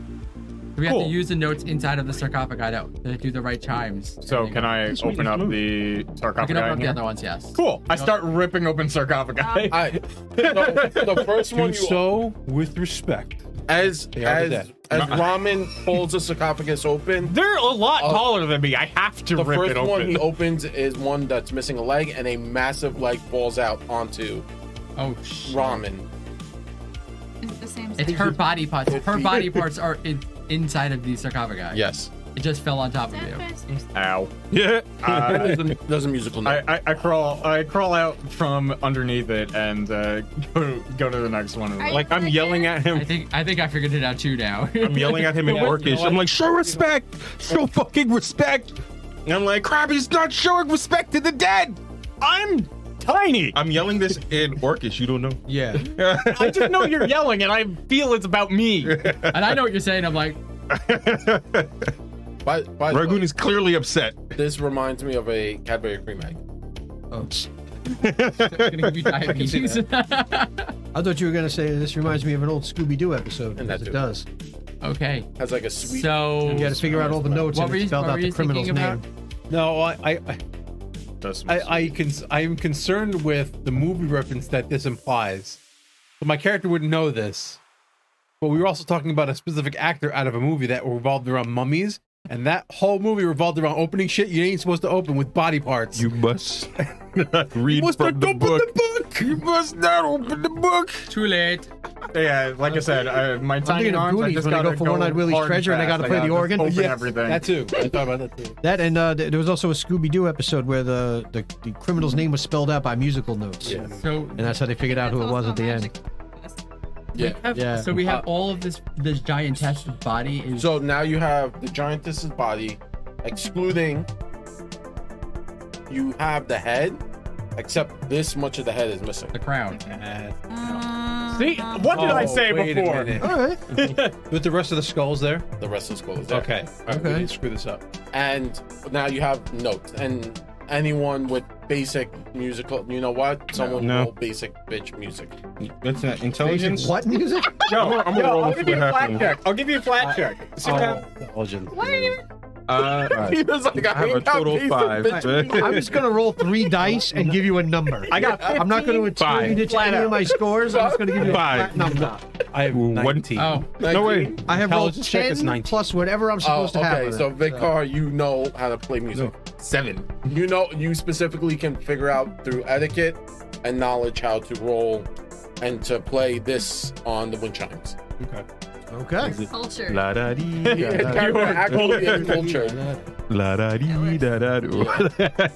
We have Cool. to use the notes inside of the sarcophagi to, to do the right chimes. So can I open up the I can sarcophagi? open up in the here? other ones? Yes. Cool. I start ripping open sarcophagi. I, the, the first one Do you so with respect. as are as dead. as Ramen pulls the sarcophagus open. They're a lot taller than me. I have to The rip first it open. one he opens is one that's missing a leg, and a massive leg falls out onto Oh sh. Ramen. Is it the same It's size? her body parts. Her body parts are in, inside of the sarcophagi. Yes, It just fell on top of you. Ow. Yeah. Uh, there's a, there's a musical note. I, I, I crawl I crawl out from underneath it and uh, go go to the next one. Are you Like I'm okay? yelling at I him. think I think I figured it out too now. I'm yelling at him in Orcish. I'm like, show respect. Show fucking respect. And I'm like, crap, he's not showing respect to the dead. I'm tiny. I'm yelling this in Orcish. You don't know. Yeah. I just know you're yelling and I feel it's about me. and I know what you're saying. I'm like, by, by the Ragoon way, is clearly upset. this reminds me of a Cadbury cream egg. I'm gonna give you diabetes. I thought you were gonna say this reminds me of an old Scooby Doo episode. And that because too. it does. okay. Has like a sweet. So You got to figure out all the notes What and were you- it spelled what out were the you criminal's thinking about? name. No, I, I, I, I, I can, I'm concerned with the movie reference that this implies. So my character wouldn't know this, but we were also talking about a specific actor out of a movie that revolved around mummies, and that whole movie revolved around opening shit you ain't supposed to open with body parts. You must not read must from not the open book. the book. You must not open the book. too late. yeah, like I said, I, my tiny thinking of arms. I Goonies just when I gotta go for One-Eyed Willie's hard treasure and I fast. gotta play the just organ. Open Yes, everything. That too. I thought about that too. That and uh, th- there was also a Scooby Doo episode where the, the the criminal's name was spelled out by musical notes. Yeah. So And that's how they figured out who it was at the end. yeah. Yeah. so we have all of this. This giant test of body is So now you have the giantess's body, excluding. You have the head, except this much of the head is missing. the crown. Um, See, what did I Oh, say wait a before? minute. All right. With the rest of the skulls there. The rest of the skull is there. Okay. All right, we Okay. didn't screw this up. And now you have notes. And anyone with basic musical, you know what? Someone No. roll basic bitch music. That's not intelligence. What music? Yo, I'm gonna roll and see what happens. I'll give you a flat check. See what happens. What are you? Uh, He was like, I have ain't a got total basic five. bitch music. I'm just gonna roll three dice and give you a number. I got I'm not going to Five. attribute it to any of my scores. I'm just going to give you a Five. flat number. I have One one team. Oh, No way. I have rolled Intelligence check is 10 19. plus whatever I'm Oh, supposed to have. okay. on it. So Vicar, you know how to play music. seven. You know, you specifically can figure out through etiquette and knowledge how to roll and to play this on the wind chimes. Okay. Culture. La da dee Your da character actually is cultured. la da dee da da do.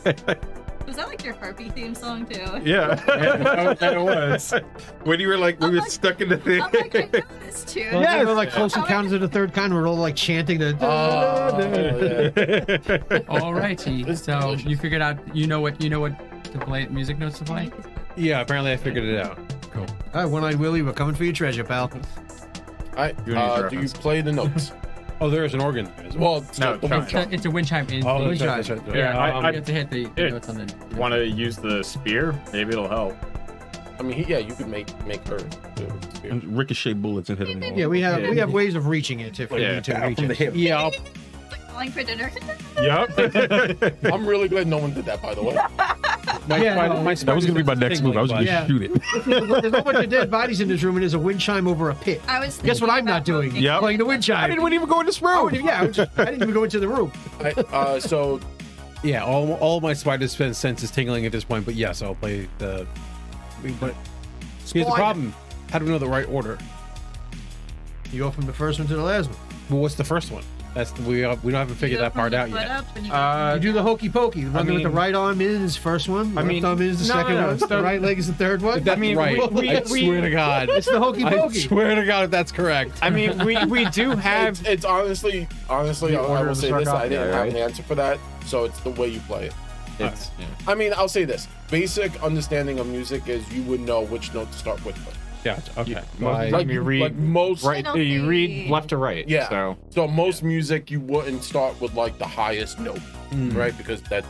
Was that like your harpy theme song too? Yeah. That was. When you were like, we I'm were like- stuck in the thing. I'm like, I know this tune. Well, yes. like close encounters of the third kind. We're all like chanting the. Uh, Oh, yeah. alrighty. It's So delicious. you figured out. You know what? You know what to play. Music notes to play. Yeah, apparently I figured it out. All right, one-eyed Willie, we're coming for your treasure, pal. All right. You need uh, do you reference. play the notes? Oh, there is an organ. there as Well, it's No, not the chime. wind It's a, chime. it's a wind chime. In Oh, the, that's right, that's right, that's right. Yeah, I- Um, I- you have to hit the, the it- notes on the. Want to use the spear? Maybe it'll help. I mean, he, yeah, you could make make her. do it, too. Ricochet bullets and hit them all. Yeah, we have we have ways of reaching it if we need to reach it. yeah, I'll, falling for dinner. Yep. I'm really glad no one did that, by the way. My, Yeah, my- no. that was gonna be my next move. I was gonna Yeah. shoot it. There's a whole bunch of dead bodies in this room, and there's a wind chime over a pit. I was Guess what I'm not doing? Yep. Playing the wind chime. I didn't even go in this room. I would- yeah, I, would- I didn't even go into the room. I, uh, so Yeah, all, all my spider sense sense is tingling at this point, but yes, I'll play the. But here's the Spoiler. problem: how do we know the right order? You go from the first one to the last one. Well, what's the first one? That's we uh, we don't haven't figured that part out yet. you do the hokey pokey. The one with the mean- right arm in is the first one. I Left mean- arm in is the No, second no, no, one. it's the the- right leg is the third one. If that's I mean, right. we- I we- swear to God. It's the hokey I pokey. swear to God, if that's correct. I mean, we, we do it's, have. it's honestly, honestly, The I, I order will of the say this: sarcophagus, I didn't have right? an answer for that. So it's the way you play it. It's, I mean, I'll say this: basic understanding of music is you would know which note to start with. Yeah. Okay. Most My- of you like read most, right. I don't You read think- left to right. Yeah. So So most music, you wouldn't start with like the highest note, Mm. right? Because that's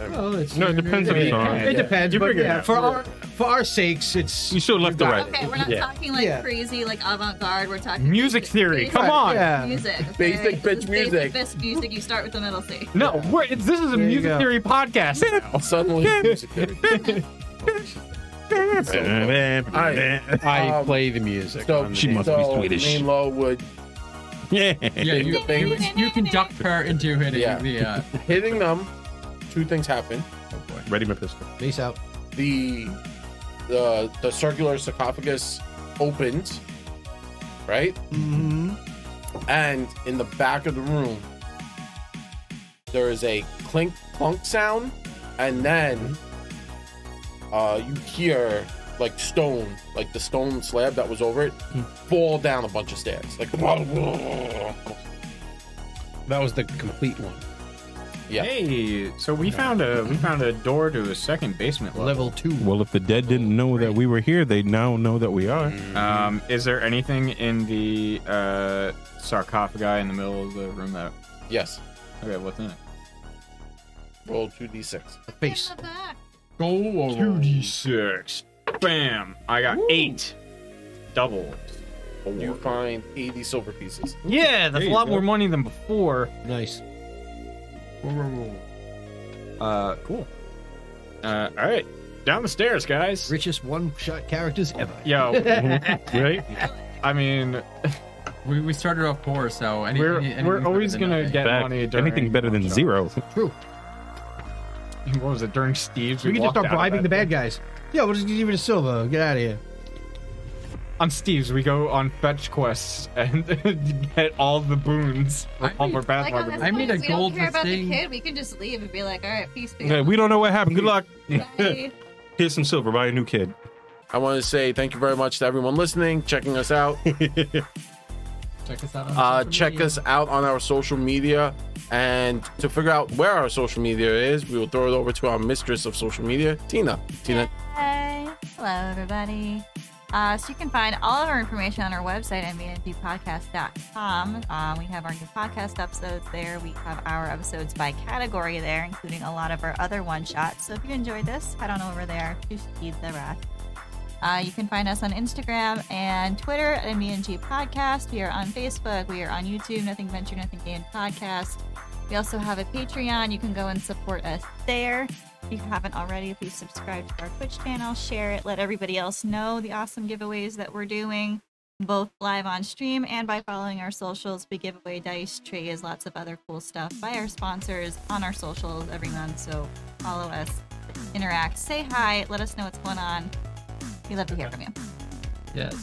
Well, it's, No, it depends on the song. It depends, You but figure it yeah, out. for our for our sakes, it's You still left the right. Okay, we're not Yeah. talking like Yeah. crazy, like avant-garde. We're talking Music theory, basic come on. Yeah. Music. okay? Basic It's bitch just music. Basic bitch music. You start with the middle C. no, we're, it's, this is a There you music go. theory podcast. now. suddenly music. theory. So, I Um, play the music. so on the She game. must be so Swedish. Main low would Yeah, Bing, you, bing. you, you conduct her into hitting Yeah. the. Uh, hitting them. Two things happen: Ready my pistol. Peace out. the the the circular sarcophagus opens, right? Mm-hmm. And in the back of the room, there is a clink clunk sound, and then uh, you hear like stone, like the stone slab that was over it, fall down a bunch of stairs. Like, That was the complete one. Yeah. Hey, so we found a we found a door to a second basement level. Level two. Well, if the dead didn't know that we were here, they now know that we are. Um, is there anything in the uh, sarcophagi in the middle of the room that? yes, Okay, what's in it? roll two d six. Face. go over. six. Bam! I got eight. Double. You find eighty silver pieces. Yeah, that's There a you lot go. more money than before. Nice. Uh, cool. Uh, all right, down the stairs, guys. Richest one shot characters ever. Yo, Right? I mean, We, we started off poor, so any, we're any- we're anything always better than eh? gonna nothing. get Back. money during Anything better than zero. True. What was it during Steve's? We can just walked start out of bribing the that- bad guys. Yeah, we'll just give it a silver. Get out of here. On Steve's, we go on fetch quests and get all the boons for I all our mean- bad Like on this weapons. I made point, a if we don't gold care about thing. the kid. We can just leave and be like, all right, peace, peace. Yeah, we don't know what happened. Good luck. Bye. Here's some silver. Buy a new kid. I want to say thank you very much to everyone listening, checking us out. Check us out. On uh, social check media. us out on our social media and to figure out where our social media is we will throw it over to our mistress of social media tina tina Hey, hello everybody. Uh, so you can find all of our information on our website at made-in-podcast.com. Uh, we have our new podcast episodes there. We have our episodes by category there, including a lot of our other one-shots. So if you enjoyed this, head on over there to Speed the Rock. Uh, you can find us on Instagram and Twitter at MDNG Podcast. We are on Facebook. We are on YouTube, Nothing Venture, Nothing Gained Podcast. We also have a Patreon. You can go and support us there. If you haven't already, please subscribe to our Twitch channel, share it, let everybody else know the awesome giveaways that we're doing, both live on stream and by following our socials. We give away dice, trays, lots of other cool stuff by our sponsors on our socials every month. So follow us, interact, say hi, let us know what's going on. We love to hear from you. Yes.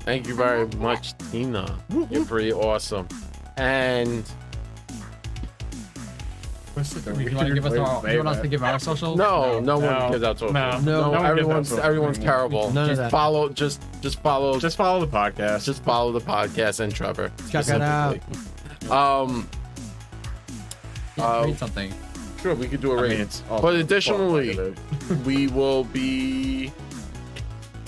thank you very much tina you're pretty awesome and Do you want to give us our, do you want us to give our social? no no one No. gives out social No. no, No one gives out everyone's social everyone's anymore. terrible None of just that. follow just just follow just, Just follow the podcast. just follow the podcast and trevor Check it out. specifically. um Yeah, read something. sure we could do a I mean, rating it's all- But it's all additionally- positive. we will be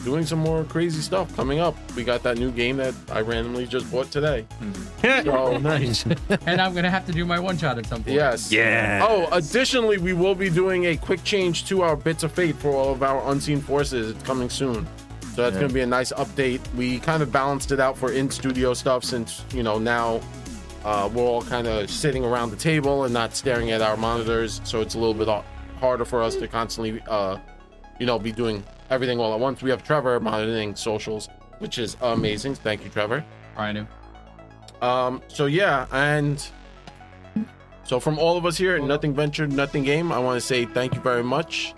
doing some more crazy stuff coming up. We got that new game that I randomly just bought today. So, Nice. And I'm gonna have to do my one shot at some point. yes. Yeah. Oh, additionally, we will be doing a quick change to our bits of fate for all of our unseen forces. It's coming soon. So that's going to be a nice update. We kind of balanced it out for in studio stuff since, you know, now uh, Uh, we're all kind of sitting around the table and not staring at our monitors, so it's a little bit harder for us to constantly, uh, you know, be doing everything all at once. We have Trevor monitoring socials, which is amazing. Thank you, Trevor. I know. Um, so yeah, and so from all of us here at Nothing Ventured, Nothing Game, I want to say thank you very much.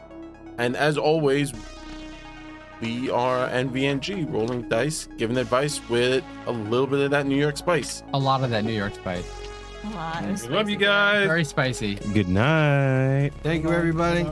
And as always, we are NVNG, rolling dice, giving advice with a little bit of that New York spice. A lot of that New York spice. A lot. Love you guys. Very spicy. Good night. Thank you, everybody.